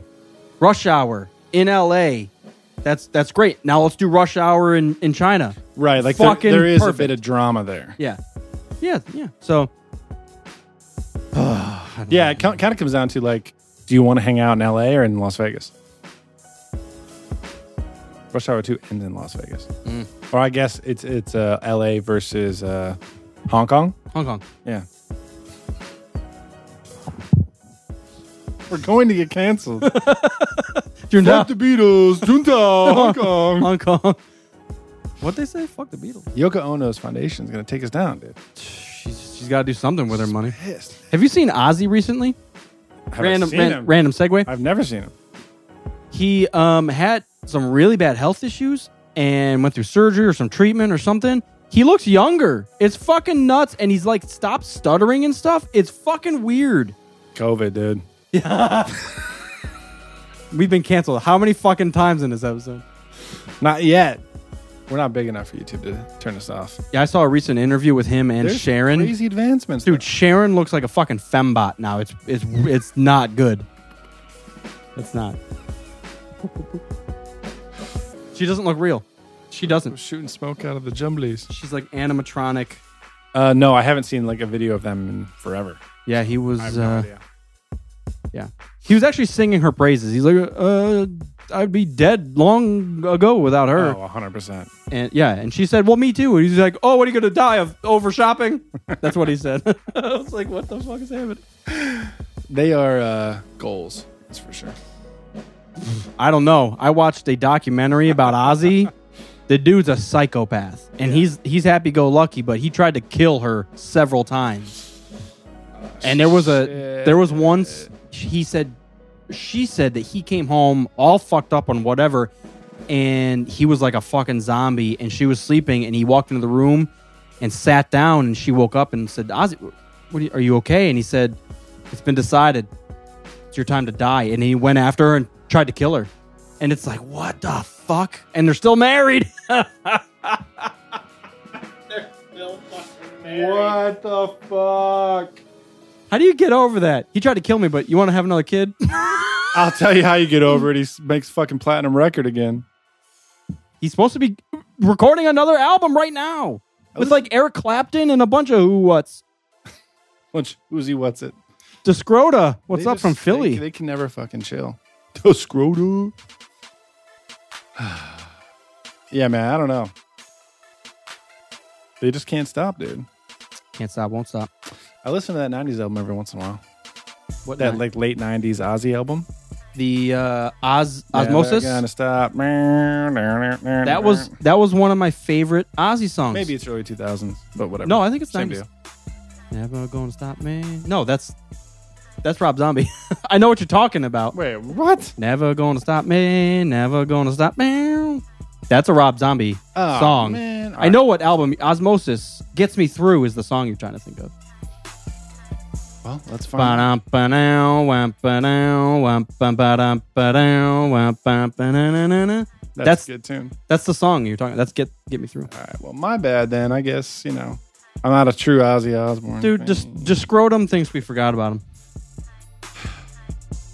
Speaker 10: Rush Hour in L.A. That's that's great. Now let's do Rush Hour in in China.
Speaker 9: Right. Like there-
Speaker 10: Fucking
Speaker 9: there is
Speaker 10: perfect.
Speaker 9: a bit of drama there.
Speaker 10: Yeah, yeah, yeah. So
Speaker 9: Yeah, it kind of comes down to like, do you want to hang out in LA or in Las Vegas? Rush Hour Two ends in Las Vegas,
Speaker 10: Mm.
Speaker 9: or I guess it's it's uh, LA versus uh, Hong Kong.
Speaker 10: Hong Kong.
Speaker 9: Yeah, we're going to get canceled. Fuck
Speaker 10: Juntao.
Speaker 9: the Beatles, Junta, Hong Kong.
Speaker 10: Hong Kong. What they say? Fuck the Beatles.
Speaker 9: Yoko Ono's foundation is going to take us down, dude.
Speaker 10: She's, she's got to do something with her money.
Speaker 9: Pissed.
Speaker 10: Have you seen Ozzy recently?
Speaker 9: Have I
Speaker 10: Random,
Speaker 9: seen
Speaker 10: ran-
Speaker 9: him?
Speaker 10: random segue.
Speaker 9: I've never seen him.
Speaker 10: he um, had some really bad health issues and went through surgery or some treatment or something. He looks younger. It's fucking nuts. And he's like, stop stuttering and stuff. It's fucking weird.
Speaker 9: COVID, dude.
Speaker 10: We've been canceled how many fucking times in this episode?
Speaker 9: Not yet. We're not big enough for YouTube to turn us off.
Speaker 10: Yeah, I saw a recent interview with him and
Speaker 9: There's
Speaker 10: Sharon.
Speaker 9: Crazy advancements,
Speaker 10: Dude, Sharon looks like a fucking fembot now. It's it's it's not good. It's not. She doesn't look real. She doesn't.
Speaker 9: shooting smoke out of the jumblies.
Speaker 10: She's like animatronic.
Speaker 9: Uh, no, I haven't seen like a video of them in forever.
Speaker 10: Yeah, he was.
Speaker 9: I have no
Speaker 10: uh,
Speaker 9: idea.
Speaker 10: Yeah. He was actually singing her praises. He's like, uh, I'd be dead long ago without her.
Speaker 9: Oh, 100 percent.
Speaker 10: And yeah, and she said, Well, me too. And he's like, Oh, what are you gonna die of? Over shopping? That's what he said. I was like, What the fuck is happening?
Speaker 9: They are uh, goals. That's for sure.
Speaker 10: I don't know. I watched a documentary about Ozzy. The dude's a psychopath. And he's he's happy go lucky, but he tried to kill her several times. And there was a there was once he said she said that he came home all fucked up on whatever and he was like a fucking zombie and she was sleeping and he walked into the room and sat down and she woke up and said, Ozzy, what are you, are you okay? And he said, It's been decided it's your time to die. And he went after her and tried to kill her. And it's like, what the fuck? And they're still married.
Speaker 9: What the fuck?
Speaker 10: How do you get over that? He tried to kill me, but you want to have another kid?
Speaker 9: I'll tell you how you get over it. He s- makes fucking platinum record again.
Speaker 10: He's supposed to be recording another album right now with like Eric Clapton and a bunch of who what's
Speaker 9: Which Uzi, what's it?
Speaker 10: Descrota. What's
Speaker 9: They
Speaker 10: up
Speaker 9: just-
Speaker 10: from Philly?
Speaker 9: They, they can never fucking chill. The scrotum. yeah, man. I don't know. They just can't stop, dude.
Speaker 10: Can't stop, won't stop.
Speaker 9: I listen to that '90s album every once in a while.
Speaker 10: What
Speaker 9: That
Speaker 10: nine?
Speaker 9: like late '90s Ozzy album.
Speaker 10: the uh, Oz, Osmosis.
Speaker 9: Gonna stop. That
Speaker 10: that was that was one of my favorite Ozzy songs.
Speaker 9: maybe it's early 2000s, but whatever.
Speaker 10: No, I think it's
Speaker 9: Same
Speaker 10: 90s.
Speaker 9: deal.
Speaker 10: never gonna stop me. No, that's that's Rob Zombie. I know what you're talking about.
Speaker 9: Wait, what?
Speaker 10: Never gonna stop me. Never gonna stop me. That's a Rob Zombie
Speaker 9: Oh,
Speaker 10: song.
Speaker 9: man. All
Speaker 10: I know what album Osmosis gets me through is the song you're trying to think of.
Speaker 9: Well, that's fine.
Speaker 10: Ba-dum, ba-dum, wham, ba-dum, wham, ba- ba-dum, ba-dum, wham, ba- ba-na-na-na-na.
Speaker 9: That's,
Speaker 10: That's
Speaker 9: a good tune.
Speaker 10: that's the song you're talking. That's get get me through.
Speaker 9: All right. Well, my bad then. I guess you know I'm not a true Ozzy Osbourne.
Speaker 10: Dude,
Speaker 9: fan.
Speaker 10: just just scrotum thinks we forgot about him.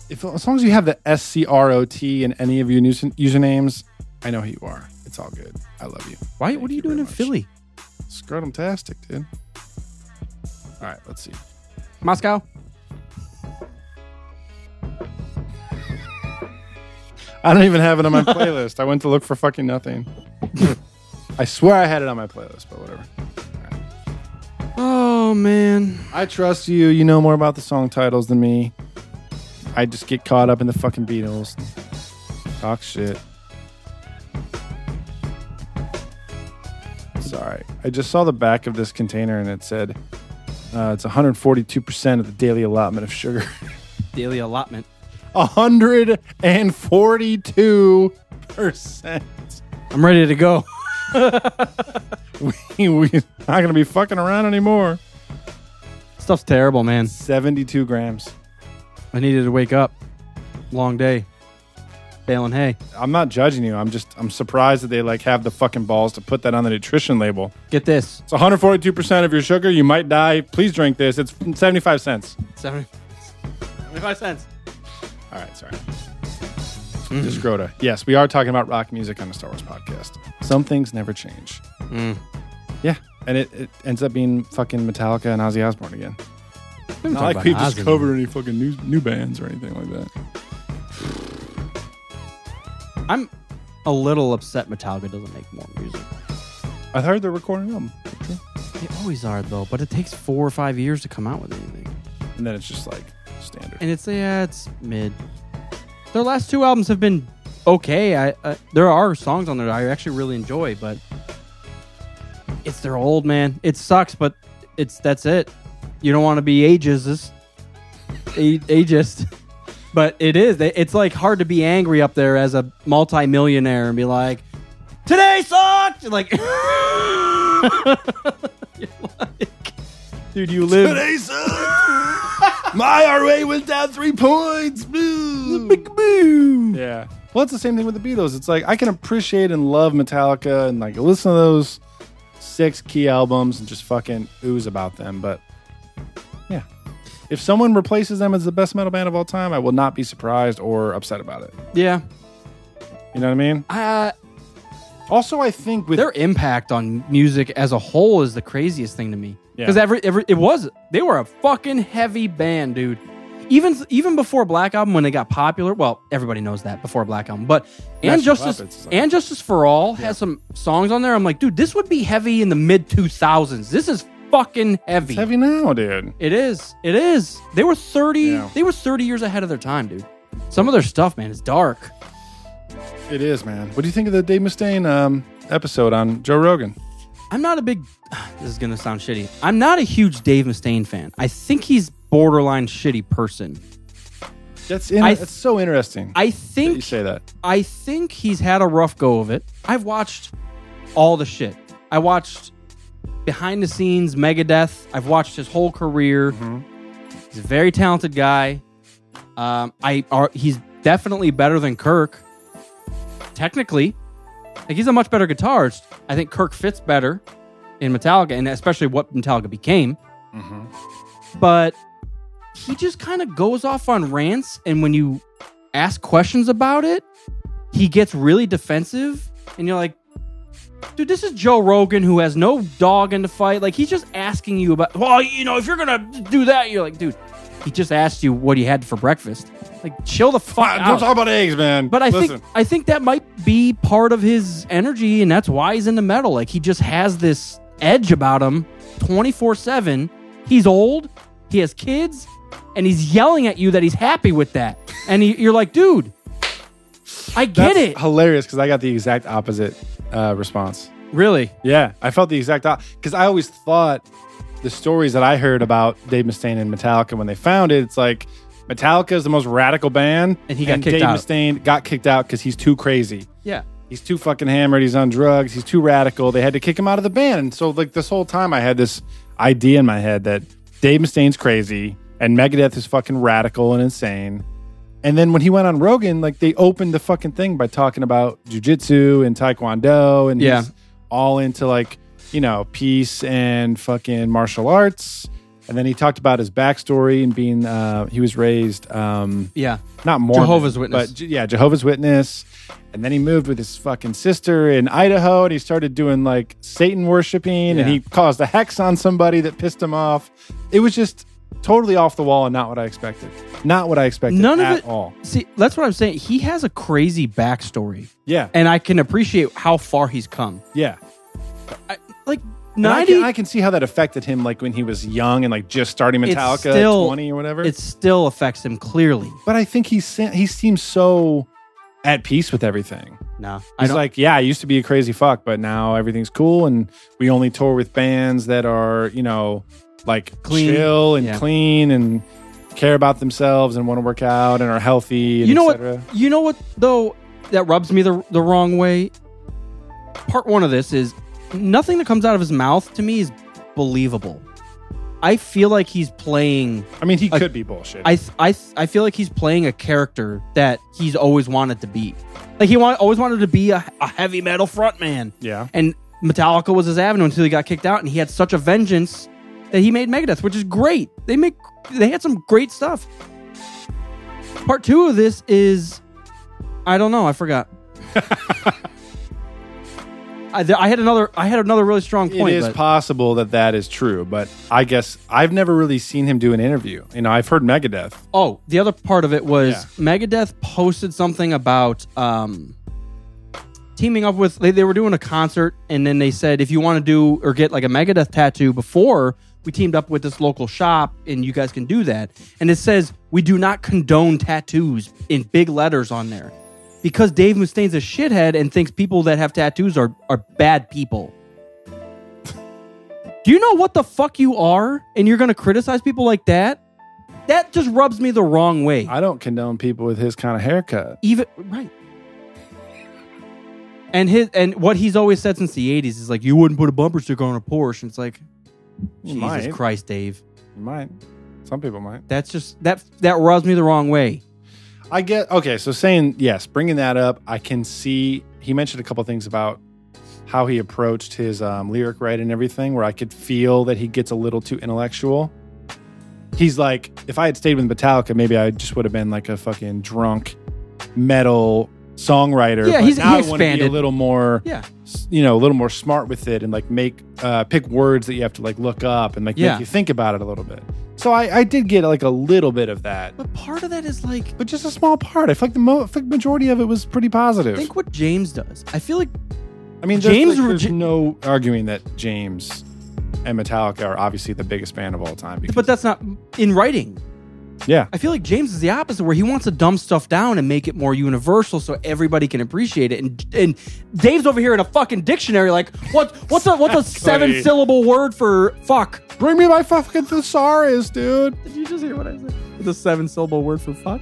Speaker 9: if, as long as you have the S C R O T in any of your news- usernames, I know who you are. It's all good. I love you.
Speaker 10: Why?
Speaker 9: Thank
Speaker 10: what are you,
Speaker 9: you
Speaker 10: doing
Speaker 9: very
Speaker 10: in
Speaker 9: much.
Speaker 10: Philly,
Speaker 9: Scrotum tastic, dude. All right, let's see.
Speaker 10: Moscow?
Speaker 9: I don't even have it on my playlist. I went to look for fucking nothing. I swear I had it on my playlist, but whatever.
Speaker 10: Oh man,
Speaker 9: I trust you. You know more about the song titles than me. I just get caught up in the fucking Beatles. Talk shit. Sorry. I I just saw the back of this container and it said uh, it's 142% of the daily allotment of sugar.
Speaker 10: Daily allotment.
Speaker 9: 142%.
Speaker 10: I'm ready to go.
Speaker 9: We're not going to be fucking around anymore.
Speaker 10: Stuff's terrible, man.
Speaker 9: 72 grams.
Speaker 10: I needed to wake up. Long day. Baling hay.
Speaker 9: I'm not judging you. I'm just I'm surprised that they like have the fucking balls to put that on the nutrition label.
Speaker 10: Get this.
Speaker 9: It's 142% of your sugar. You might die. Please drink this. It's 75 cents.
Speaker 10: 70, 75 cents.
Speaker 9: All right, sorry.
Speaker 10: Mm.
Speaker 9: Just Grota. Yes, we are talking about rock music on the Star Wars podcast. Some things never change.
Speaker 10: Mm.
Speaker 9: Yeah, and it, it ends up being fucking Metallica and Ozzy Osbourne again. Not like we
Speaker 10: about Ozzy.
Speaker 9: discovered any fucking new new bands or anything like that.
Speaker 10: I'm a little upset Metallica doesn't make more music.
Speaker 9: I heard they're recording them,
Speaker 10: They always are, though, but it takes four or five years to come out with anything.
Speaker 9: and then it's just like standard.
Speaker 10: And it's, yeah, it's mid. Their last two albums have been okay. I uh, There are songs on there I actually really enjoy, but it's their old, man. It sucks, but it's that's it. You don't want to be ageist. A- ageist. But it is. They- It's like hard to be angry up there as a multimillionaire and be like, today sucked. You're like, You're like, dude, you live.
Speaker 9: My RA went down three points. Boo. Yeah. Well, it's the same thing with the Beatles. It's like I can appreciate and love Metallica and like listen to those six key albums and just fucking ooze about them. But yeah, if someone replaces them as the best metal band of all time, I will not be surprised or upset about it.
Speaker 10: Yeah.
Speaker 9: You know what I mean?
Speaker 10: Uh,
Speaker 9: Also, I think with
Speaker 10: their impact on music as a whole is the craziest thing to me.
Speaker 9: Yeah.
Speaker 10: Because every every it was they were a fucking heavy band, dude. Even even before Black Album, when they got popular, well, everybody knows that before Black Album. But and
Speaker 9: Master of
Speaker 10: Justice
Speaker 9: Puppets is like-
Speaker 10: and Justice for All has some songs on there. I'm like, dude, this would be heavy in the mid 2000s. This is fucking heavy.
Speaker 9: it's heavy now, dude.
Speaker 10: It is. It is. They were 30.
Speaker 9: Yeah.
Speaker 10: They were 30 years ahead of their time, dude. Some of their stuff, man, is dark.
Speaker 9: It is, man. What do you think of the Dave Mustaine um, episode on Joe Rogan?
Speaker 10: I'm not a big. This is gonna sound shitty. I'm not a huge Dave Mustaine fan. I think he's borderline shitty person.
Speaker 9: That's in,
Speaker 10: I-
Speaker 9: it's so interesting.
Speaker 10: I
Speaker 9: you
Speaker 10: think.
Speaker 9: say that.
Speaker 10: I think he's had a rough go of it. I've watched all the shit. I watched behind the scenes Megadeth. I've watched his whole career.
Speaker 9: Mm-hmm.
Speaker 10: He's a very talented guy. Um, I are he's definitely better than Kirk. Technically, like he's a much better guitarist. I think Kirk fits better in Metallica, and especially what Metallica became. But he just kind of goes off on rants, and when you ask questions about it, he gets really defensive, and you're like, dude, this is Joe Rogan who has no dog in the fight. Like, he's just asking you about, well, you know, if you're going to do that, you're like, dude, he just asked you what he had for breakfast. Like, chill the fuck
Speaker 9: Fine, don't
Speaker 10: out.
Speaker 9: talk about eggs, man.
Speaker 10: But I
Speaker 9: Listen.
Speaker 10: think I think that might be part of his energy, and that's why he's in the metal. Like he just has this edge about him, twenty four seven. He's old, he has kids, and he's yelling at you that he's happy with that. And he, you're like, dude, I get
Speaker 9: That's
Speaker 10: it.
Speaker 9: Hilarious because I got the exact opposite uh, response.
Speaker 10: Really?
Speaker 9: Yeah, I felt the exact because I always thought the stories that I heard about Dave Mustaine and Metallica when they founded, it's like Metallica is the most radical band,
Speaker 10: And he got kicked
Speaker 9: Dave
Speaker 10: out.
Speaker 9: Mustaine got kicked out because he's too crazy.
Speaker 10: Yeah.
Speaker 9: He's too fucking hammered. He's on drugs. He's too radical. They had to kick him out of the band. And so, like this whole time, I had this idea in my head that Dave Mustaine's crazy and Megadeth is fucking radical and insane. And then when he went on Rogan, like they opened the fucking thing by talking about jujitsu and taekwondo, and
Speaker 10: Yeah.
Speaker 9: he's all into like you know peace and fucking martial arts. And then he talked about his backstory and being uh, he was raised um,
Speaker 10: Yeah.
Speaker 9: not Mormon,
Speaker 10: Jehovah's Witness.
Speaker 9: but Je- yeah, Jehovah's Witness. And then he moved with his fucking sister in Idaho, and he started doing like Satan worshiping,
Speaker 10: Yeah.
Speaker 9: and he caused a hex on somebody that pissed him off. It was just totally off the wall and not what I expected. Not what I expected.
Speaker 10: None
Speaker 9: at
Speaker 10: of it.
Speaker 9: all.
Speaker 10: See, that's what I'm saying. He has a crazy backstory,
Speaker 9: Yeah,
Speaker 10: and I can appreciate how far he's come.
Speaker 9: yeah.
Speaker 10: Like
Speaker 9: And I,
Speaker 10: ninety.
Speaker 9: can, I can see how that affected him, like when he was young and like just starting
Speaker 10: it's
Speaker 9: Metallica at
Speaker 10: still-
Speaker 9: twenty or whatever.
Speaker 10: It still affects him clearly.
Speaker 9: but I think he se- he seems so at peace with everything.
Speaker 10: Nah, I
Speaker 9: He's
Speaker 10: don't.
Speaker 9: like, yeah, I used to be a crazy fuck, but now everything's cool, and we only tour with bands that are, you know, like
Speaker 10: Clean.
Speaker 9: chill and
Speaker 10: Yeah.
Speaker 9: clean and care about themselves and want to work out and are healthy. And
Speaker 10: you know
Speaker 9: et
Speaker 10: what?
Speaker 9: cetera."
Speaker 10: You know what though? That rubs me the the wrong way. Part one of this is nothing that comes out of his mouth to me is believable. I feel like he's playing.
Speaker 9: I mean, he
Speaker 10: I-
Speaker 9: could be bullshit.
Speaker 10: I th- I th- I feel like he's playing a character that he's always wanted to be. Like he want, always wanted to be a, a heavy metal frontman.
Speaker 9: Yeah.
Speaker 10: And Metallica was his avenue until he got kicked out, and he had such a vengeance that he made Megadeth, which is great. They make they had some great stuff. Part two of this is, I don't know, I forgot. I, th- I had another I had another really strong
Speaker 9: it
Speaker 10: point.
Speaker 9: is
Speaker 10: but-
Speaker 9: possible that that is true, but I guess I've never really seen him do an interview. You know, I've heard Megadeth.
Speaker 10: Oh, the other part of it was
Speaker 9: Yeah.
Speaker 10: Megadeth posted something about um, teaming up with. They, they were doing a concert, and then they said, if you want to do or get like a Megadeth tattoo before, we teamed up with this local shop, and you guys can do that. And it says, we do not condone tattoos in big letters on there because Dave Mustaine's a shithead and thinks people that have tattoos are, are bad people. Do you know what the fuck you are? And you're going to criticize people like that? That just rubs me the wrong way.
Speaker 9: I don't condone people with his kind of haircut.
Speaker 10: Even right. And his and what he's always said since the 80s is like you wouldn't put a bumper sticker on a Porsche. And it's like Jesus
Speaker 9: might.
Speaker 10: Christ, Dave.
Speaker 9: You might. Some people might.
Speaker 10: That's just that that rubs me the wrong way.
Speaker 9: I get okay. So saying yes, bringing that up, I can see he mentioned a couple things about how he approached his um, lyric writing and everything, where I could feel that he gets a little too intellectual. He's like, if I had stayed with Metallica, maybe I just would have been like a fucking drunk metal songwriter.
Speaker 10: Yeah,
Speaker 9: but
Speaker 10: he's-
Speaker 9: now
Speaker 10: he
Speaker 9: I want to be a
Speaker 10: expanded.
Speaker 9: little more,
Speaker 10: Yeah.
Speaker 9: s- you know, a little more smart with it, and like make uh, pick words that you have to like look up and like
Speaker 10: Yeah.
Speaker 9: make you think about it a little bit. So I, I did get like a little bit of that
Speaker 10: But part of that is like
Speaker 9: but just a small part. I feel like the mo- I feel like majority of it was pretty positive.
Speaker 10: think what James does. I feel like
Speaker 9: I mean, there's,
Speaker 10: James
Speaker 9: like,
Speaker 10: re-
Speaker 9: there's
Speaker 10: Ja-
Speaker 9: no arguing that James and Metallica are obviously the biggest band of all time. Because,
Speaker 10: but that's not in writing.
Speaker 9: yeah,
Speaker 10: I feel like James is the opposite, where he wants to dumb stuff down and make it more universal so everybody can appreciate it. And and Dave's over here in a fucking dictionary, like what what's a what's a seven syllable word for fuck?
Speaker 9: bring me my fucking thesaurus, dude.
Speaker 10: Did you just hear what I said? The seven syllable word for fuck?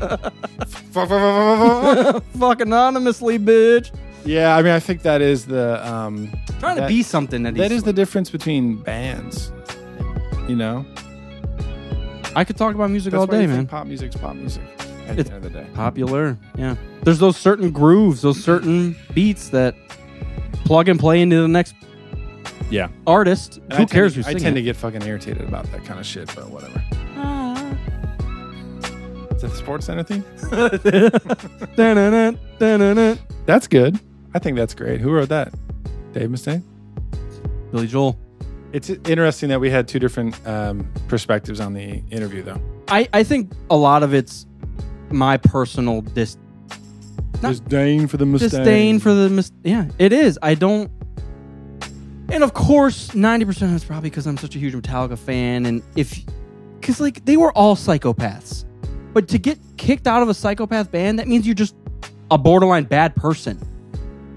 Speaker 10: fuck anonymously, bitch.
Speaker 9: yeah, I mean, I think that is the um,
Speaker 10: Trying to
Speaker 9: That-
Speaker 10: be something that,
Speaker 9: that
Speaker 10: he's-
Speaker 9: is the difference between bands. You know,
Speaker 10: I could talk about music
Speaker 9: That's
Speaker 10: all
Speaker 9: why
Speaker 10: day,
Speaker 9: you think
Speaker 10: man.
Speaker 9: Pop music's pop music. At
Speaker 10: It's-
Speaker 9: the end of the day,
Speaker 10: Popular, yeah. There's those certain grooves, those certain beats that plug and play into the next
Speaker 9: yeah.
Speaker 10: artist.
Speaker 9: And I
Speaker 10: Who
Speaker 9: tend
Speaker 10: cares
Speaker 9: To,
Speaker 10: who's
Speaker 9: I
Speaker 10: singing?
Speaker 9: tend
Speaker 10: it?
Speaker 9: to get fucking irritated about that kind of shit, but whatever. Is that the Sports Center thing?
Speaker 10: Dun-dun-dun, dun-dun-dun.
Speaker 9: That's good. I think that's great. Who wrote that? Dave Mustaine.
Speaker 10: Billy Joel.
Speaker 9: It's interesting that we had two different um, perspectives on the interview, though.
Speaker 10: I, I think a lot of it's my personal dis- Not-
Speaker 9: Disdain for the Mustaine.
Speaker 10: disdain for the mis- yeah it is i don't and of course 90% of it's probably because i'm such a huge metallica fan and if because like they were all psychopaths but to get kicked out of a psychopath band that means you're just a borderline bad person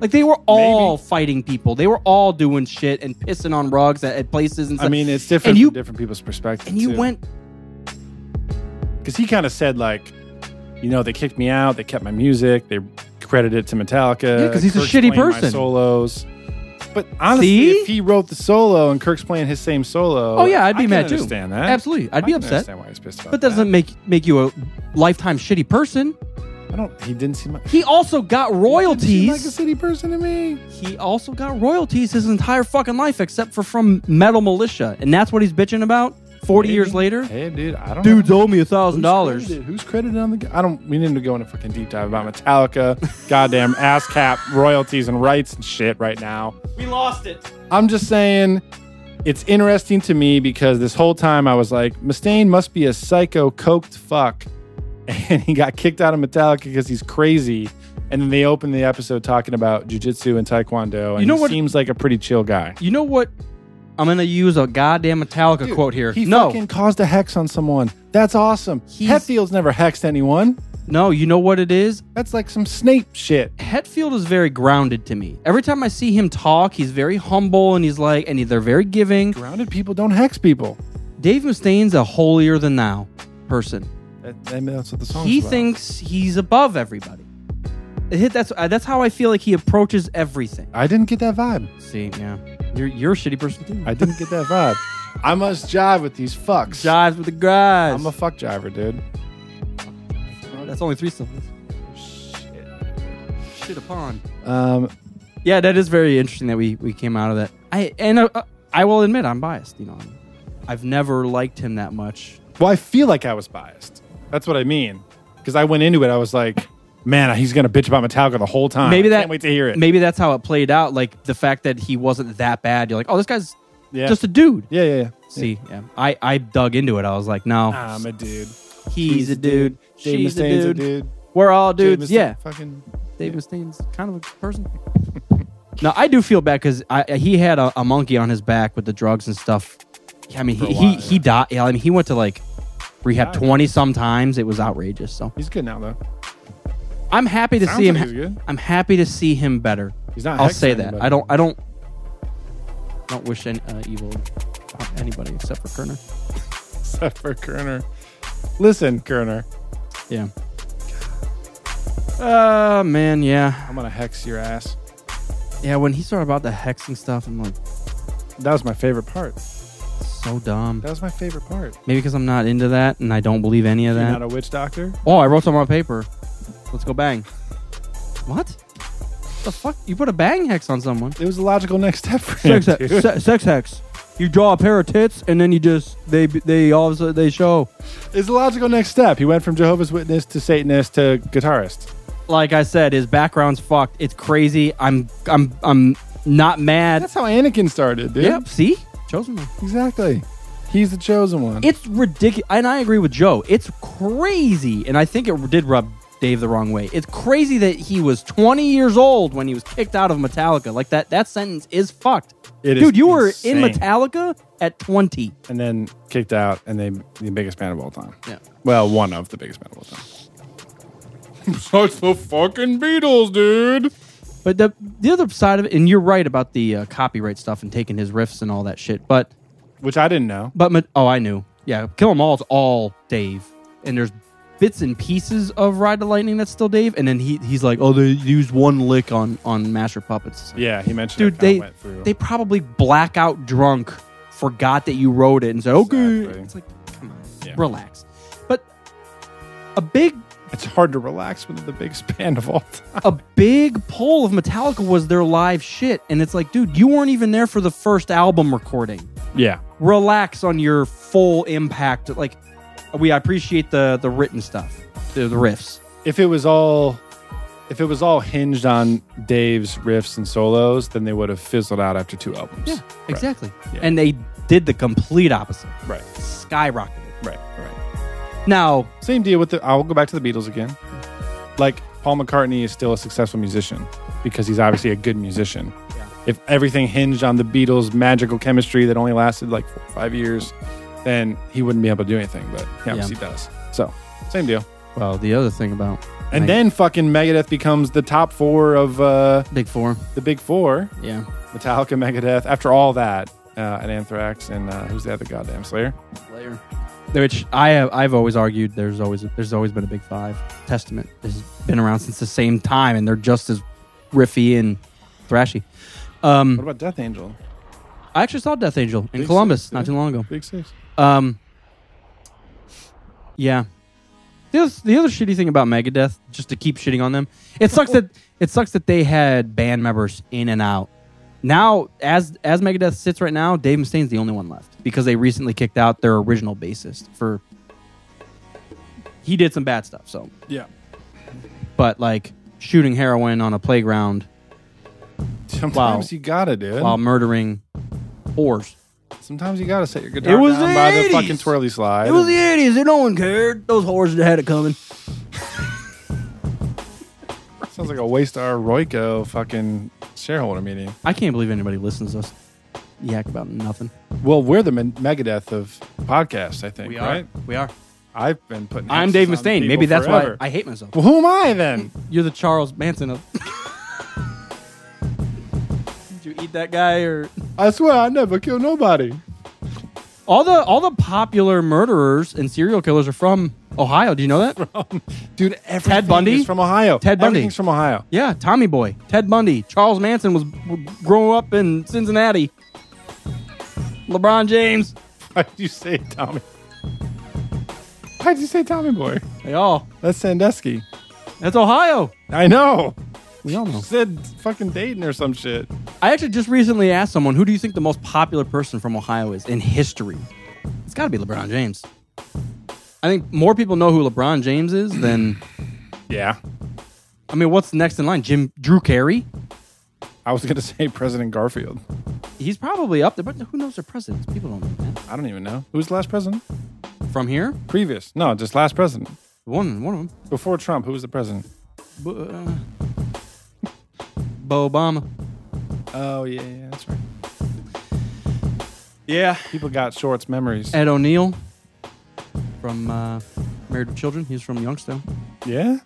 Speaker 10: like they were all fighting people they were all doing shit and pissing on rugs at, at places and
Speaker 9: I
Speaker 10: stuff.
Speaker 9: mean, it's different
Speaker 10: and you
Speaker 9: from different people's perspectives.
Speaker 10: and you went
Speaker 9: because he kind of said like, you know, they kicked me out. They kept my music. They credited it to Metallica.
Speaker 10: Yeah, 'cause he's a
Speaker 9: Kirk's
Speaker 10: shitty
Speaker 9: playing my
Speaker 10: person.
Speaker 9: solos. But honestly,
Speaker 10: See?
Speaker 9: if he wrote the solo and Kirk's playing his same solo,
Speaker 10: Oh, yeah, I'd be
Speaker 9: I can
Speaker 10: mad, too.
Speaker 9: Understand that?
Speaker 10: Absolutely. I'd be
Speaker 9: I can
Speaker 10: upset.
Speaker 9: Understand why he's pissed about
Speaker 10: but that doesn't make make you a lifetime shitty person
Speaker 9: that. I don't. He didn't seem like
Speaker 10: he also got
Speaker 9: He didn't seem like a
Speaker 10: royalties
Speaker 9: city person to me.
Speaker 10: he also got royalties his entire fucking life except for from metal militia and that's what he's bitching about 40 years
Speaker 9: Maybe.
Speaker 10: later
Speaker 9: Hey, dude, I don't.
Speaker 10: dudes
Speaker 9: know.
Speaker 10: owe me a thousand
Speaker 9: Who's
Speaker 10: dollars
Speaker 9: credited? Who's credited on the? g- I don't. We need to go into fucking deep dive about Metallica, goddamn ASCAP royalties and rights and shit right now.
Speaker 10: we lost it
Speaker 9: I'm just saying, it's interesting to me because this whole time I was like, Mustaine must be a psycho coked fuck, and he got kicked out of Metallica because he's crazy. And then they opened the episode talking about jujitsu and taekwondo, and
Speaker 10: You know
Speaker 9: he
Speaker 10: what-
Speaker 9: seems like a pretty chill guy.
Speaker 10: you know what i'm gonna use a goddamn metallica quote here
Speaker 9: He
Speaker 10: no
Speaker 9: fucking caused a hex on someone. That's awesome.
Speaker 10: He's-
Speaker 9: Hetfield's never hexed anyone.
Speaker 10: No, you know what it is?
Speaker 9: That's like some Snape shit.
Speaker 10: Hetfield is very grounded to me. Every time I see him talk, he's very humble and he's like, and they're very giving.
Speaker 9: Grounded people don't hex people.
Speaker 10: Dave Mustaine's a holier than thou person.
Speaker 9: That, I mean, that's what the song's
Speaker 10: He
Speaker 9: about.
Speaker 10: thinks he's above everybody. It hit- That's uh, that's how I feel like he approaches everything.
Speaker 9: I didn't get that vibe.
Speaker 10: See, yeah, you're you're a shitty person too.
Speaker 9: I didn't get that vibe. I must jive with these fucks.
Speaker 10: Jives with the guys.
Speaker 9: I'm a fuck jiver, dude.
Speaker 10: that's only three syllables. Shit. Shit upon.
Speaker 9: Um,
Speaker 10: Yeah, that is very interesting that we we came out of that. I and uh, uh, I will admit I'm biased. You know, I've never liked him that much.
Speaker 9: well, I feel like I was biased. That's what I mean. Because I went into it, I was like, man, he's gonna bitch about Metallica the whole time.
Speaker 10: Maybe
Speaker 9: I
Speaker 10: that
Speaker 9: can't wait to hear it.
Speaker 10: Maybe that's how it played out. Like the fact that he wasn't that bad. You're like, oh, this guy's
Speaker 9: yeah.
Speaker 10: just a dude.
Speaker 9: yeah, yeah, yeah.
Speaker 10: See, yeah. I I dug into it. I was like, no,
Speaker 9: I'm a Ah, dude.
Speaker 10: he's a dude.
Speaker 9: Dave
Speaker 10: She's a
Speaker 9: Mustaine's
Speaker 10: dude. We're all
Speaker 9: Dave
Speaker 10: dudes.
Speaker 9: Mustaine
Speaker 10: Yeah.
Speaker 9: Fucking.
Speaker 10: Dave Mustaine's kind of a person. no, I do feel bad because he had a, a monkey on his back with the drugs and stuff. I mean,
Speaker 9: a
Speaker 10: he,
Speaker 9: while,
Speaker 10: he, he died. Yeah, I mean, he went to like rehab
Speaker 9: Died.
Speaker 10: 20 sometimes. It was outrageous. So
Speaker 9: He's good now though.
Speaker 10: I'm happy to
Speaker 9: Sounds
Speaker 10: see him.
Speaker 9: like he's good.
Speaker 10: I'm happy to see him better.
Speaker 9: He's not
Speaker 10: I'll
Speaker 9: hexing
Speaker 10: say that.
Speaker 9: anybody.
Speaker 10: I don't. I don't. I Don't wish any, uh, evil on anybody except for Kerner.
Speaker 9: Except for Kerner. Listen, Kerner,
Speaker 10: Yeah. Uh man, yeah,
Speaker 9: I'm gonna hex your ass.
Speaker 10: yeah. When he started about the hexing stuff, I'm like,
Speaker 9: That was my favorite part.
Speaker 10: so dumb.
Speaker 9: That was my favorite part.
Speaker 10: Maybe because I'm not into that and I don't believe any of
Speaker 9: You're
Speaker 10: that.
Speaker 9: not a witch doctor.
Speaker 10: oh, I wrote something on paper. Let's go bang. What? The fuck? You put a bang hex on someone.
Speaker 9: It was a logical next step for him.
Speaker 10: hex.
Speaker 9: dude.
Speaker 10: se- sex hex. You draw a pair of tits and then you just they they all of a sudden they show.
Speaker 9: It's a logical next step. He went from Jehovah's Witness to Satanist to guitarist.
Speaker 10: Like I said, his background's fucked. It's crazy. I'm I'm I'm not mad.
Speaker 9: That's how Anakin started, dude.
Speaker 10: Yep. See, chosen one.
Speaker 9: Exactly. He's the chosen one.
Speaker 10: It's ridiculous, and I agree with Joe. It's crazy, and I think it did rub Dave the wrong way. It's crazy that he was 20 years old when he was kicked out of Metallica. Like that, that sentence is fucked.
Speaker 9: It is
Speaker 10: Dude, you were
Speaker 9: insane.
Speaker 10: in Metallica at 20.
Speaker 9: and then kicked out, and they the biggest band of all time.
Speaker 10: Yeah.
Speaker 9: Well, one of the biggest band of all time. Besides the fucking Beatles, dude.
Speaker 10: But the the other side of it, and you're right about the uh, copyright stuff and taking his riffs and all that shit. But
Speaker 9: Which I didn't know.
Speaker 10: but Met- oh, I knew. Yeah, Kill 'Em All is all Dave, and there's bits and pieces of Ride the Lightning that's still Dave, and then he he's like, oh, they used one lick on on Master Puppets.
Speaker 9: Yeah, he mentioned.
Speaker 10: dude
Speaker 9: it kinda
Speaker 10: they
Speaker 9: went through.
Speaker 10: they probably blackout drunk forgot that you wrote it and said okay
Speaker 9: Exactly.
Speaker 10: it's like come on
Speaker 9: Yeah.
Speaker 10: relax but a big
Speaker 9: it's hard to relax when they're the biggest band of all time.
Speaker 10: a big pull of metallica was their live shit and it's like dude you weren't even there for the first album recording
Speaker 9: Yeah.
Speaker 10: relax on your full impact like we appreciate the the written stuff the, the riffs
Speaker 9: If it was all, if it was all hinged on Dave's riffs and solos, then they would have fizzled out after two albums.
Speaker 10: yeah exactly
Speaker 9: Yeah.
Speaker 10: and they did the complete opposite
Speaker 9: Right.
Speaker 10: skyrocketed
Speaker 9: Right. Right.
Speaker 10: now
Speaker 9: Same deal with the. I'll go back to the Beatles again. Like Paul McCartney is still a successful musician because he's obviously a good musician. If everything hinged on the Beatles' magical chemistry that only lasted like four, five years, then he wouldn't be able to do anything. But he obviously does. So same deal.
Speaker 10: well the other thing about
Speaker 9: And
Speaker 10: Right.
Speaker 9: then fucking Megadeth becomes the top four of uh,
Speaker 10: big four
Speaker 9: the big four:
Speaker 10: yeah
Speaker 9: Metallica, Megadeth. After all that, uh, and Anthrax, and uh, who's the other goddamn Slayer?
Speaker 10: Layer. Which I have, I've always argued there's always there's always been a big five. Testament has been around since the same time, and they're just as riffy and thrashy. Um,
Speaker 9: What about Death Angel?
Speaker 10: I actually saw Death Angel in
Speaker 9: Big
Speaker 10: Columbus
Speaker 9: six,
Speaker 10: not
Speaker 9: dude.
Speaker 10: too long ago.
Speaker 9: Big Six.
Speaker 10: Um, yeah. The other, the other shitty thing about Megadeth, just to keep shitting on them, it sucks that it sucks that they had band members in and out. Now, as as Megadeth sits right now, Dave Mustaine's the only one left because they recently kicked out their original bassist for he did some bad stuff. So,
Speaker 9: Yeah.
Speaker 10: but like shooting heroin on a playground
Speaker 9: Sometimes you gotta, dude.
Speaker 10: while murdering whores.
Speaker 9: Sometimes you gotta set your guitar
Speaker 10: It was
Speaker 9: down
Speaker 10: the
Speaker 9: by the
Speaker 10: 80s.
Speaker 9: fucking twirly slide.
Speaker 10: It was the '80s, and no one cared. Those whores had it coming.
Speaker 9: Sounds like a waste of our Royco fucking shareholder meeting.
Speaker 10: I can't believe anybody listens to us yak about nothing.
Speaker 9: Well, we're the men- Megadeth of podcasts, I think, right?
Speaker 10: We are.
Speaker 9: I've been putting.
Speaker 10: I'm
Speaker 9: hexes
Speaker 10: Dave
Speaker 9: on
Speaker 10: Mustaine.
Speaker 9: people
Speaker 10: Maybe that's
Speaker 9: forever.
Speaker 10: why I hate myself.
Speaker 9: Well, who am I then?
Speaker 10: You're the Charles Manson of. Did you eat that guy or
Speaker 9: I swear I never kill nobody.
Speaker 10: all the all the popular murderers and serial killers are from Ohio? Do you know that?
Speaker 9: Dude, everything
Speaker 10: Bundy?
Speaker 9: is from Ohio.
Speaker 10: Ted Bundy.
Speaker 9: Everything's from Ohio.
Speaker 10: Yeah, Tommy Boy, Ted Bundy, Charles Manson was w- growing up in Cincinnati. LeBron James,
Speaker 9: Why'd you say it, Tommy? Why'd you say Tommy Boy?
Speaker 10: they all.
Speaker 9: That's Sandusky.
Speaker 10: That's Ohio.
Speaker 9: I know.
Speaker 10: We all know.
Speaker 9: Said fucking Dayton or some shit.
Speaker 10: I actually just recently asked someone, who do you think the most popular person from Ohio is in history? It's got to be LeBron James. I think more people know who LeBron James is than
Speaker 9: Yeah.
Speaker 10: I mean, what's next in line? Jim Drew Carey.
Speaker 9: I was gonna say President Garfield.
Speaker 10: He's probably up there, but who knows their presidents? People don't know that.
Speaker 9: I don't even know. Who was the last president?
Speaker 10: From here,
Speaker 9: Previous. No, just last president.
Speaker 10: one one of them,
Speaker 9: Before Trump, who was the president?
Speaker 10: Bo, uh, Bo Obama.
Speaker 9: Oh yeah, yeah, that's right.
Speaker 10: Yeah,
Speaker 9: People got shorts memories.
Speaker 10: Ed O'Neill from uh, Married with Children. He's from Youngstown.
Speaker 9: yeah?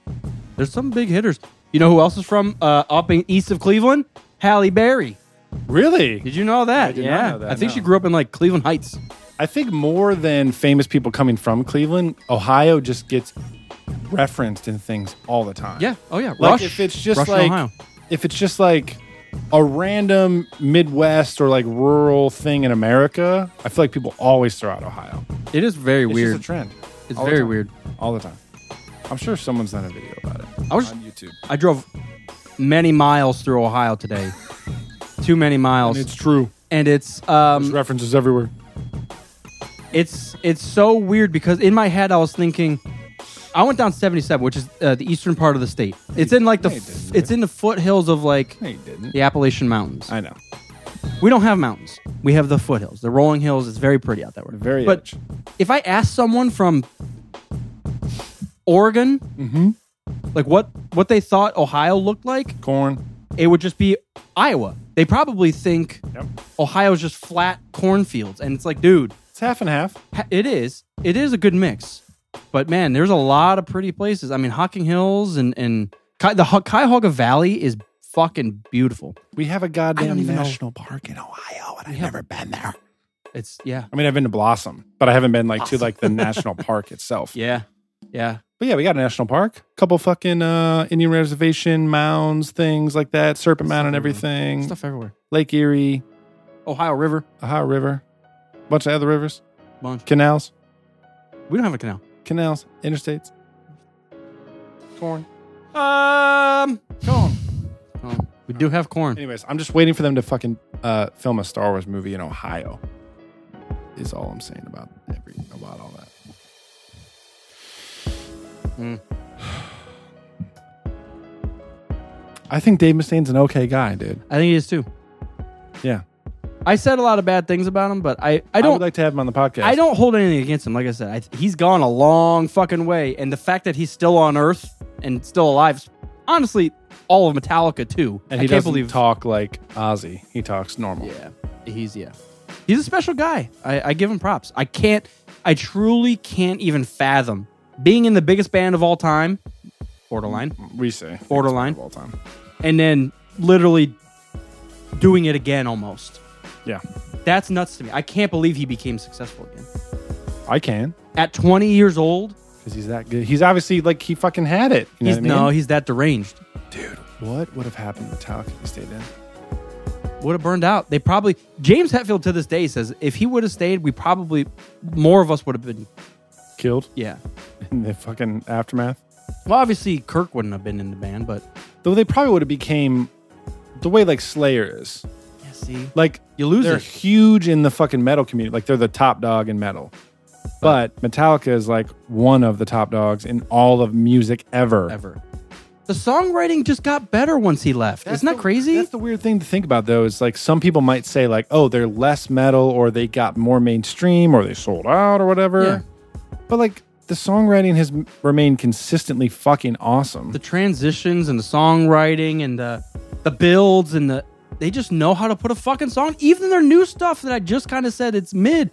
Speaker 10: There's some big hitters. You know who else is from uh, up in east of Cleveland? Halle Berry.
Speaker 9: Really?
Speaker 10: Did you know that?
Speaker 9: I did not
Speaker 10: yeah,
Speaker 9: know that,
Speaker 10: I think
Speaker 9: no.
Speaker 10: she grew up in like Cleveland Heights.
Speaker 9: I think more than famous people coming from Cleveland, Ohio just gets referenced in things all the time.
Speaker 10: Yeah. Oh yeah.
Speaker 9: Like
Speaker 10: Rush.
Speaker 9: if it's just
Speaker 10: Rush in
Speaker 9: like
Speaker 10: Ohio.
Speaker 9: if it's just like a random Midwest or like rural thing in America, I feel like people always throw out Ohio.
Speaker 10: it is very
Speaker 9: It's
Speaker 10: weird.
Speaker 9: just a trend.
Speaker 10: It's
Speaker 9: All the
Speaker 10: very
Speaker 9: time.
Speaker 10: weird.
Speaker 9: All the time. I'm sure someone's done a video about it
Speaker 10: I was
Speaker 9: on YouTube.
Speaker 10: I drove many miles through Ohio today. Too many miles,
Speaker 9: And it's true.
Speaker 10: and it's
Speaker 9: There's
Speaker 10: um,
Speaker 9: references everywhere.
Speaker 10: it's it's so weird because in my head I was thinking, I went down seventy seven, which is uh, the eastern part of the state. It's in like the
Speaker 9: no, you didn't.
Speaker 10: f- it's in the foothills of like
Speaker 9: No, you didn't.
Speaker 10: the Appalachian Mountains.
Speaker 9: I know.
Speaker 10: We don't have mountains. We have the foothills, the rolling hills. It's very pretty out that way.
Speaker 9: Very
Speaker 10: But
Speaker 9: edge.
Speaker 10: if I ask someone from Oregon,
Speaker 9: Mm-hmm.
Speaker 10: like what what they thought Ohio looked like,
Speaker 9: corn.
Speaker 10: it would just be Iowa. They probably think
Speaker 9: Yep.
Speaker 10: Ohio's just flat cornfields, and it's like, dude,
Speaker 9: It's half and half.
Speaker 10: ha- it is. It is a good mix, but man, there's a lot of pretty places. I mean, Hocking Hills and and Ki- the Ho- Cuyahoga Valley is fucking beautiful.
Speaker 9: We have a
Speaker 10: I don't
Speaker 9: goddamn
Speaker 10: even know.
Speaker 9: national park in Ohio, and I've never been there.
Speaker 10: It's yeah,
Speaker 9: I mean, I've been to Blossom, but I haven't been like to like the national park itself.
Speaker 10: yeah, yeah.
Speaker 9: But yeah, we got a national park, couple fucking uh, Indian reservation mounds, things like that, Serpent Mound and everything,
Speaker 10: Stuff everywhere.
Speaker 9: Lake Erie,
Speaker 10: Ohio River,
Speaker 9: Ohio River, bunch of other rivers,
Speaker 10: bunch.
Speaker 9: canals,
Speaker 10: We don't have a canal.
Speaker 9: canals, interstates. Corn.
Speaker 10: Um, corn. we do have corn.
Speaker 9: Anyways, I'm just waiting for them to fucking uh, film a Star Wars movie in Ohio. Is all I'm saying about every about all that.
Speaker 10: Mm.
Speaker 9: I think Dave Mustaine's an okay guy, dude.
Speaker 10: I think it is too.
Speaker 9: Yeah,
Speaker 10: I said a lot of bad things about him, but I I
Speaker 9: I
Speaker 10: don't
Speaker 9: would like to have him on the podcast.
Speaker 10: I don't hold anything against him. Like I said, I, he's gone a long fucking way, and the fact that he's still on Earth and still alive, is honestly, all of Metallica too.
Speaker 9: And
Speaker 10: I
Speaker 9: he
Speaker 10: can't
Speaker 9: doesn't
Speaker 10: believe.
Speaker 9: talk like Ozzy. He talks normal.
Speaker 10: Yeah, he's yeah, he's a special guy. I, I give him props. I can't, I truly can't even fathom being in the biggest band of all time, borderline,
Speaker 9: We say
Speaker 10: Borderline.
Speaker 9: Of all time.
Speaker 10: and then literally doing it again almost.
Speaker 9: Yeah,
Speaker 10: That's nuts to me. I can't believe he became successful again
Speaker 9: I can
Speaker 10: at 20 years old.
Speaker 9: because he's that good. He's obviously like he fucking had it. You know
Speaker 10: he's
Speaker 9: what I
Speaker 10: no,
Speaker 9: mean?
Speaker 10: he's that deranged.
Speaker 9: dude. What would have happened if Metallica had stayed in?
Speaker 10: would have burned out. They probably James Hetfield to this day says if he would have stayed, we probably more of us would have been.
Speaker 9: Killed
Speaker 10: Yeah.
Speaker 9: in the fucking aftermath.
Speaker 10: Well, obviously Kirk wouldn't have been in the band, but
Speaker 9: Though they probably would have became the way like Slayer is.
Speaker 10: yeah, see,
Speaker 9: Like
Speaker 10: you lose
Speaker 9: they're
Speaker 10: it.
Speaker 9: huge in the fucking metal community. Like they're the top dog in metal. But Metallica is like one of the top dogs in all of music ever.
Speaker 10: Ever. The songwriting just got better once he left.
Speaker 9: That's
Speaker 10: Isn't that
Speaker 9: the-
Speaker 10: crazy?
Speaker 9: That's the weird thing to think about, though. Is like some people might say, like, "Oh, they're less metal, or they got more mainstream, or they sold out, or whatever." But like, the songwriting has m- remained consistently fucking awesome.
Speaker 10: the transitions and the songwriting and the the builds and the they just know how to put a fucking song. Even their new stuff that I just kind of said it's mid.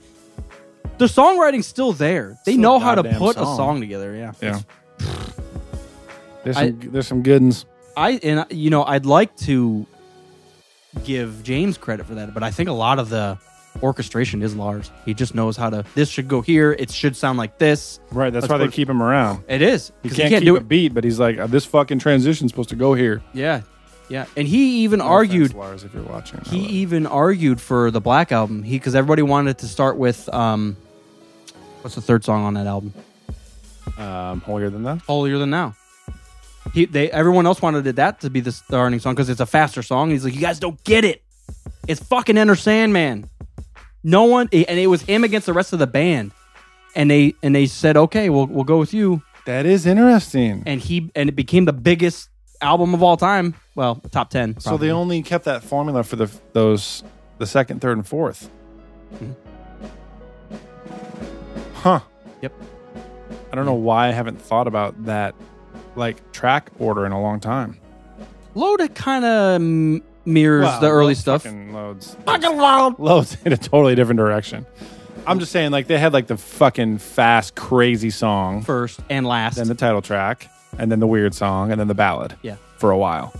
Speaker 10: The songwriting's still there. They
Speaker 9: Still
Speaker 10: know
Speaker 9: a
Speaker 10: how to
Speaker 9: goddamn
Speaker 10: put a
Speaker 9: song.
Speaker 10: song together. Yeah.
Speaker 9: Yeah. There's
Speaker 10: I-
Speaker 9: some, there's some good ones.
Speaker 10: I and I- you know I'd like to give James credit for that, but I think a lot of the orchestration is Lars. He just knows how to. This should go here. It should sound like this.
Speaker 9: Right. That's, why they
Speaker 10: what-
Speaker 9: keep him around.
Speaker 10: It is
Speaker 9: He
Speaker 10: 'cause
Speaker 9: can't, keep
Speaker 10: do
Speaker 9: a beat, but he's like, this fucking transition's supposed to go here.
Speaker 10: Yeah, yeah. And he even
Speaker 9: No
Speaker 10: argued.
Speaker 9: offense, Lars, if you're watching. I
Speaker 10: He
Speaker 9: love-
Speaker 10: even argued for the Black album. He because everybody wanted to start with um, what's the third song on that album? e-
Speaker 9: um, holier than that.
Speaker 10: Holier than now. He they everyone else wanted it- that to be the starting song because it's a faster song. He's like, you guys don't get it. It's fucking Enter Sandman. No one eh, and it was him against the rest of the band, and they and they said, okay, we'll we'll go with you.
Speaker 9: That is interesting.
Speaker 10: And he and it became the biggest album of all time. Well, top ten.
Speaker 9: So they
Speaker 10: probably.
Speaker 9: only kept that formula for the those the second, third, and fourth. Huh.
Speaker 10: Yep.
Speaker 9: I don't know why I haven't thought about that like track order in a long time.
Speaker 10: Loda kind of mirrors the early stuff.
Speaker 9: Fucking loads. Loads in a totally different direction. I'm just saying, like they had like the fucking fast, crazy song,
Speaker 10: first and last.
Speaker 9: then the title track, and then the weird song, and then the ballad.
Speaker 10: Yeah.
Speaker 9: For a while.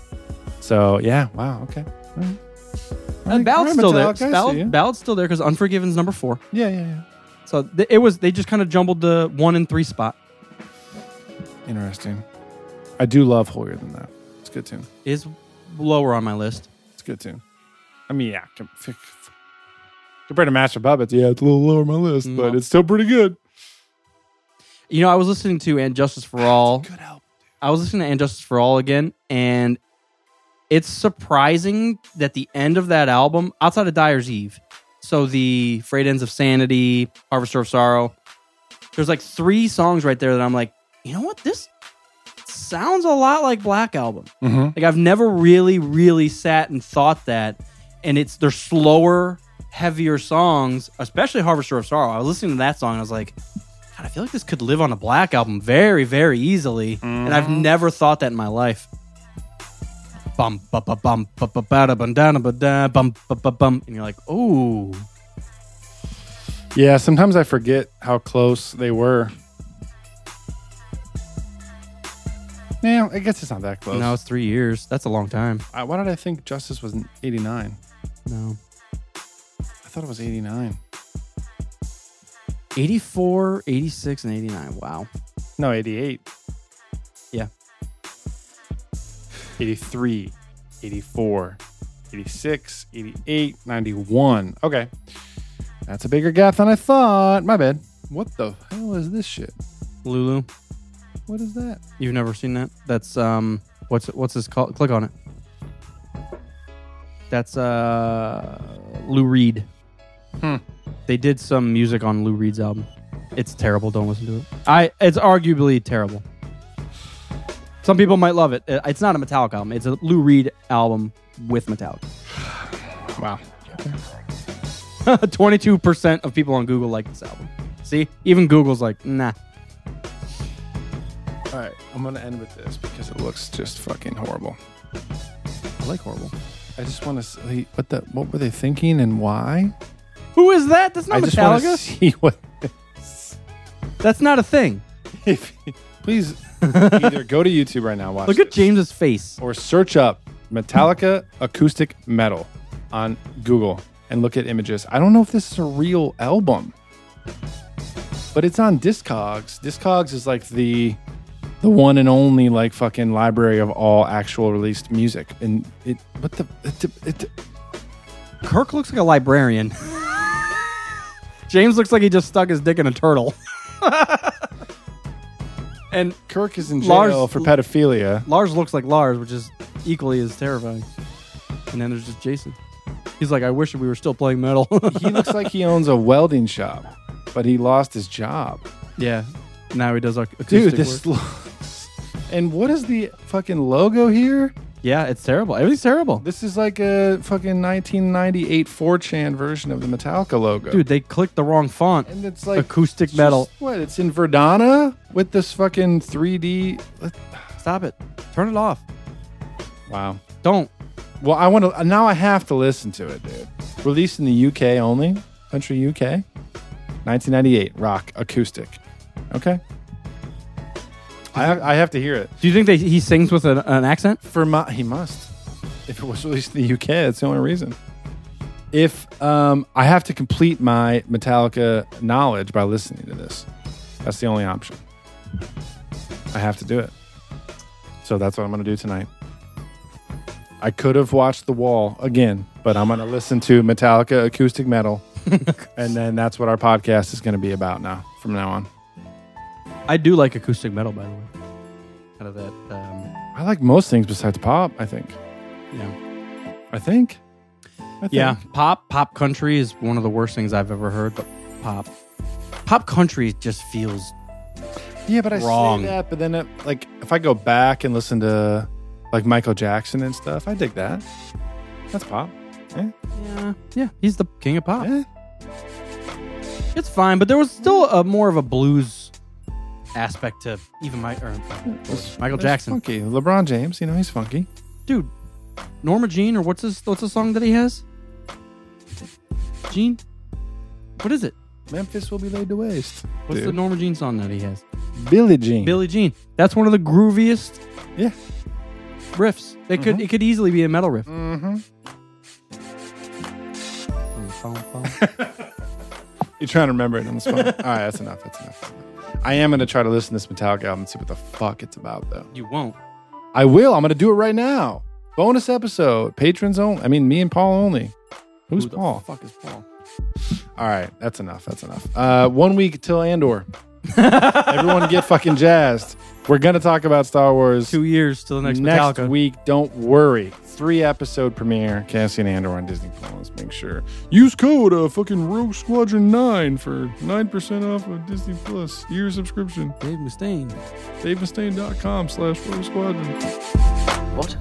Speaker 9: So yeah, wow, okay.
Speaker 10: Uh, ballad's
Speaker 9: Alright,
Speaker 10: still there.
Speaker 9: Metallica, I see you.
Speaker 10: Ballad, ballad's still there because Unforgiven's number four.
Speaker 9: Yeah, yeah, yeah.
Speaker 10: So th- it was they just kind of jumbled the one and three spot.
Speaker 9: Interesting. I do love Holier Than That. It's a good tune.
Speaker 10: Is lower on my list.
Speaker 9: It's a good tune. I mean, yeah. com- f- f- Compared to Master Puppets, yeah, it's a little lower on my list, but
Speaker 10: No.
Speaker 9: it's still pretty good.
Speaker 10: You know, I was listening to And Justice for All. I was listening to And Justice for All again, and it's surprising that the end of that album, outside of Dyer's Eve, so the Freight Ends of Sanity, Harvester of Sorrow, there's like three songs right there that I'm like, you know what? This sounds a lot like Black Album.
Speaker 9: Mhm.
Speaker 10: Like I've never really, really sat and thought that. And it's they're slower, heavier songs, especially Harvester of Sorrow. I was listening to that song and I was like, God, I feel like this could live on a Black album very, very easily. And I've never thought that in my life. Bum ba ba bum ba ba ba da bum da da ba da bum ba ba bum. And you're like, oh,
Speaker 9: Yeah, sometimes I forget how close they were. Yeah, I guess it's not that close.
Speaker 10: no, it's three years. That's a long time.
Speaker 9: I, why did I think Justice was in 89?
Speaker 10: No.
Speaker 9: I thought it was 89.
Speaker 10: 84, 86, and 89. Wow.
Speaker 9: No, 88.
Speaker 10: Yeah.
Speaker 9: 83, 84, 86, 88, 91. Okay. That's a bigger gap than I thought. My bad. What the hell is this shit?
Speaker 10: Lulu,
Speaker 9: What is that?
Speaker 10: you've never seen that? That's, um, what's, what's this called? Click on it. That's, uh, Lou Reed.
Speaker 9: Hmm.
Speaker 10: They did some music on Lou Reed's album. It's terrible. Don't listen to it. I. It's arguably terrible. Some people might love it. Uh, It's not a Metallica album. It's a Lou Reed album with Metallica.
Speaker 9: Wow.
Speaker 10: Twenty-two percent of people on Google like this album. See, even Google's like, nah.
Speaker 9: All right. I'm going to end with this because it looks just fucking horrible.
Speaker 10: I like horrible.
Speaker 9: I just want to see what the what were they thinking and why?
Speaker 10: Who is that? That's not
Speaker 9: I just want
Speaker 10: Metallica.
Speaker 9: to see what
Speaker 10: That's not a thing.
Speaker 9: if please either go to YouTube right now watch
Speaker 10: Look at
Speaker 9: this.
Speaker 10: James's face.
Speaker 9: or search up Metallica acoustic metal on Google and look at images. I don't know if this is a real album, but it's on Discogs. Discogs is like the the one and only like fucking library of all actual released music. And it what the it, it,
Speaker 10: Kirk looks like a librarian. James looks like he just stuck his dick in a turtle. and
Speaker 9: Kirk is in jail
Speaker 10: Lars-
Speaker 9: for pedophilia.
Speaker 10: Lars looks like Lars, which is equally as terrifying. And then there's just Jason. He's like, I wish we were still playing metal.
Speaker 9: He looks like he owns a welding shop, but he lost his job.
Speaker 10: yeah. Now he does ac- acoustic
Speaker 9: Dude, this
Speaker 10: work.
Speaker 9: looks. And what is the fucking logo here?
Speaker 10: yeah, it's terrible. Everything's terrible.
Speaker 9: This is like a fucking 1998 4chan version of the Metallica logo.
Speaker 10: Dude, they clicked the wrong font.
Speaker 9: and it's like
Speaker 10: acoustic
Speaker 9: it's just-
Speaker 10: metal.
Speaker 9: what? It's in Verdana with this fucking 3D.
Speaker 10: Stop it. Turn it off.
Speaker 9: Wow.
Speaker 10: Don't.
Speaker 9: Well, I want to now I have to listen to it, dude. Released in the UK only. Country UK. 1998 rock acoustic. Okay. I have, I have to hear it
Speaker 10: Do you think they, he sings with an, an accent?
Speaker 9: for my. He must. If it was released in the UK, that's the only reason. If um, I have to complete my Metallica knowledge by listening to this, that's the only option. I have to do it. So that's what I'm going to do tonight. I could have watched The Wall again, but I'm going to listen to Metallica acoustic metal, and then that's what our podcast is going to be about now from now on.
Speaker 10: I do like acoustic metal, by the way. Kind of that, um,
Speaker 9: I like most things besides pop. I think.
Speaker 10: yeah,
Speaker 9: I think. I think.
Speaker 10: yeah. Pop, pop country is one of the worst things I've ever heard. But pop, pop country just feels
Speaker 9: Yeah, but I
Speaker 10: wrong.
Speaker 9: say that, but then it, like if I go back and listen to like Michael Jackson and stuff, I dig that. That's pop.
Speaker 10: yeah, yeah. He's the king of pop.
Speaker 9: Eh,
Speaker 10: It's fine, but there was still a more of a blues aspect to even my or, Michael
Speaker 9: that's
Speaker 10: Jackson,
Speaker 9: funky. LeBron James, you know he's funky.
Speaker 10: dude. Norma Jean, or what's his what's the song that he has? Jean, what is it?
Speaker 9: Memphis will be laid to waste.
Speaker 10: What's the
Speaker 9: dude.
Speaker 10: Norma Jean song that he has?
Speaker 9: Billie Jean?
Speaker 10: Billie Jean. That's one of the grooviest
Speaker 9: yeah,
Speaker 10: riffs. They
Speaker 9: Mm-hmm.
Speaker 10: could it could easily be a metal riff. Mm-hmm.
Speaker 9: you're trying to remember it on the spot. All right, that's enough. That's enough. I am gonna try to listen to this Metallica album and see what the fuck it's about, though.
Speaker 10: you won't.
Speaker 9: I will. I'm gonna do it right now. Bonus episode, patrons only. I mean, me and Paul only. Who's
Speaker 10: Who the
Speaker 9: Paul?
Speaker 10: fuck is Paul?
Speaker 9: All right, that's enough. That's enough. Uh, one week till Andor. Everyone get fucking jazzed. We're gonna talk about Star Wars
Speaker 10: Two years till the next,
Speaker 9: next
Speaker 10: Metallica.
Speaker 9: week. Don't worry. Three episode premiere. Cassian Andor on Disney Plus. Make sure use code uh, fucking Rogue Squadron Nine for nine percent off of Disney Plus year subscription.
Speaker 10: Dave Mustaine.
Speaker 9: DaveMustaine.com slash Rogue Squadron.
Speaker 11: What?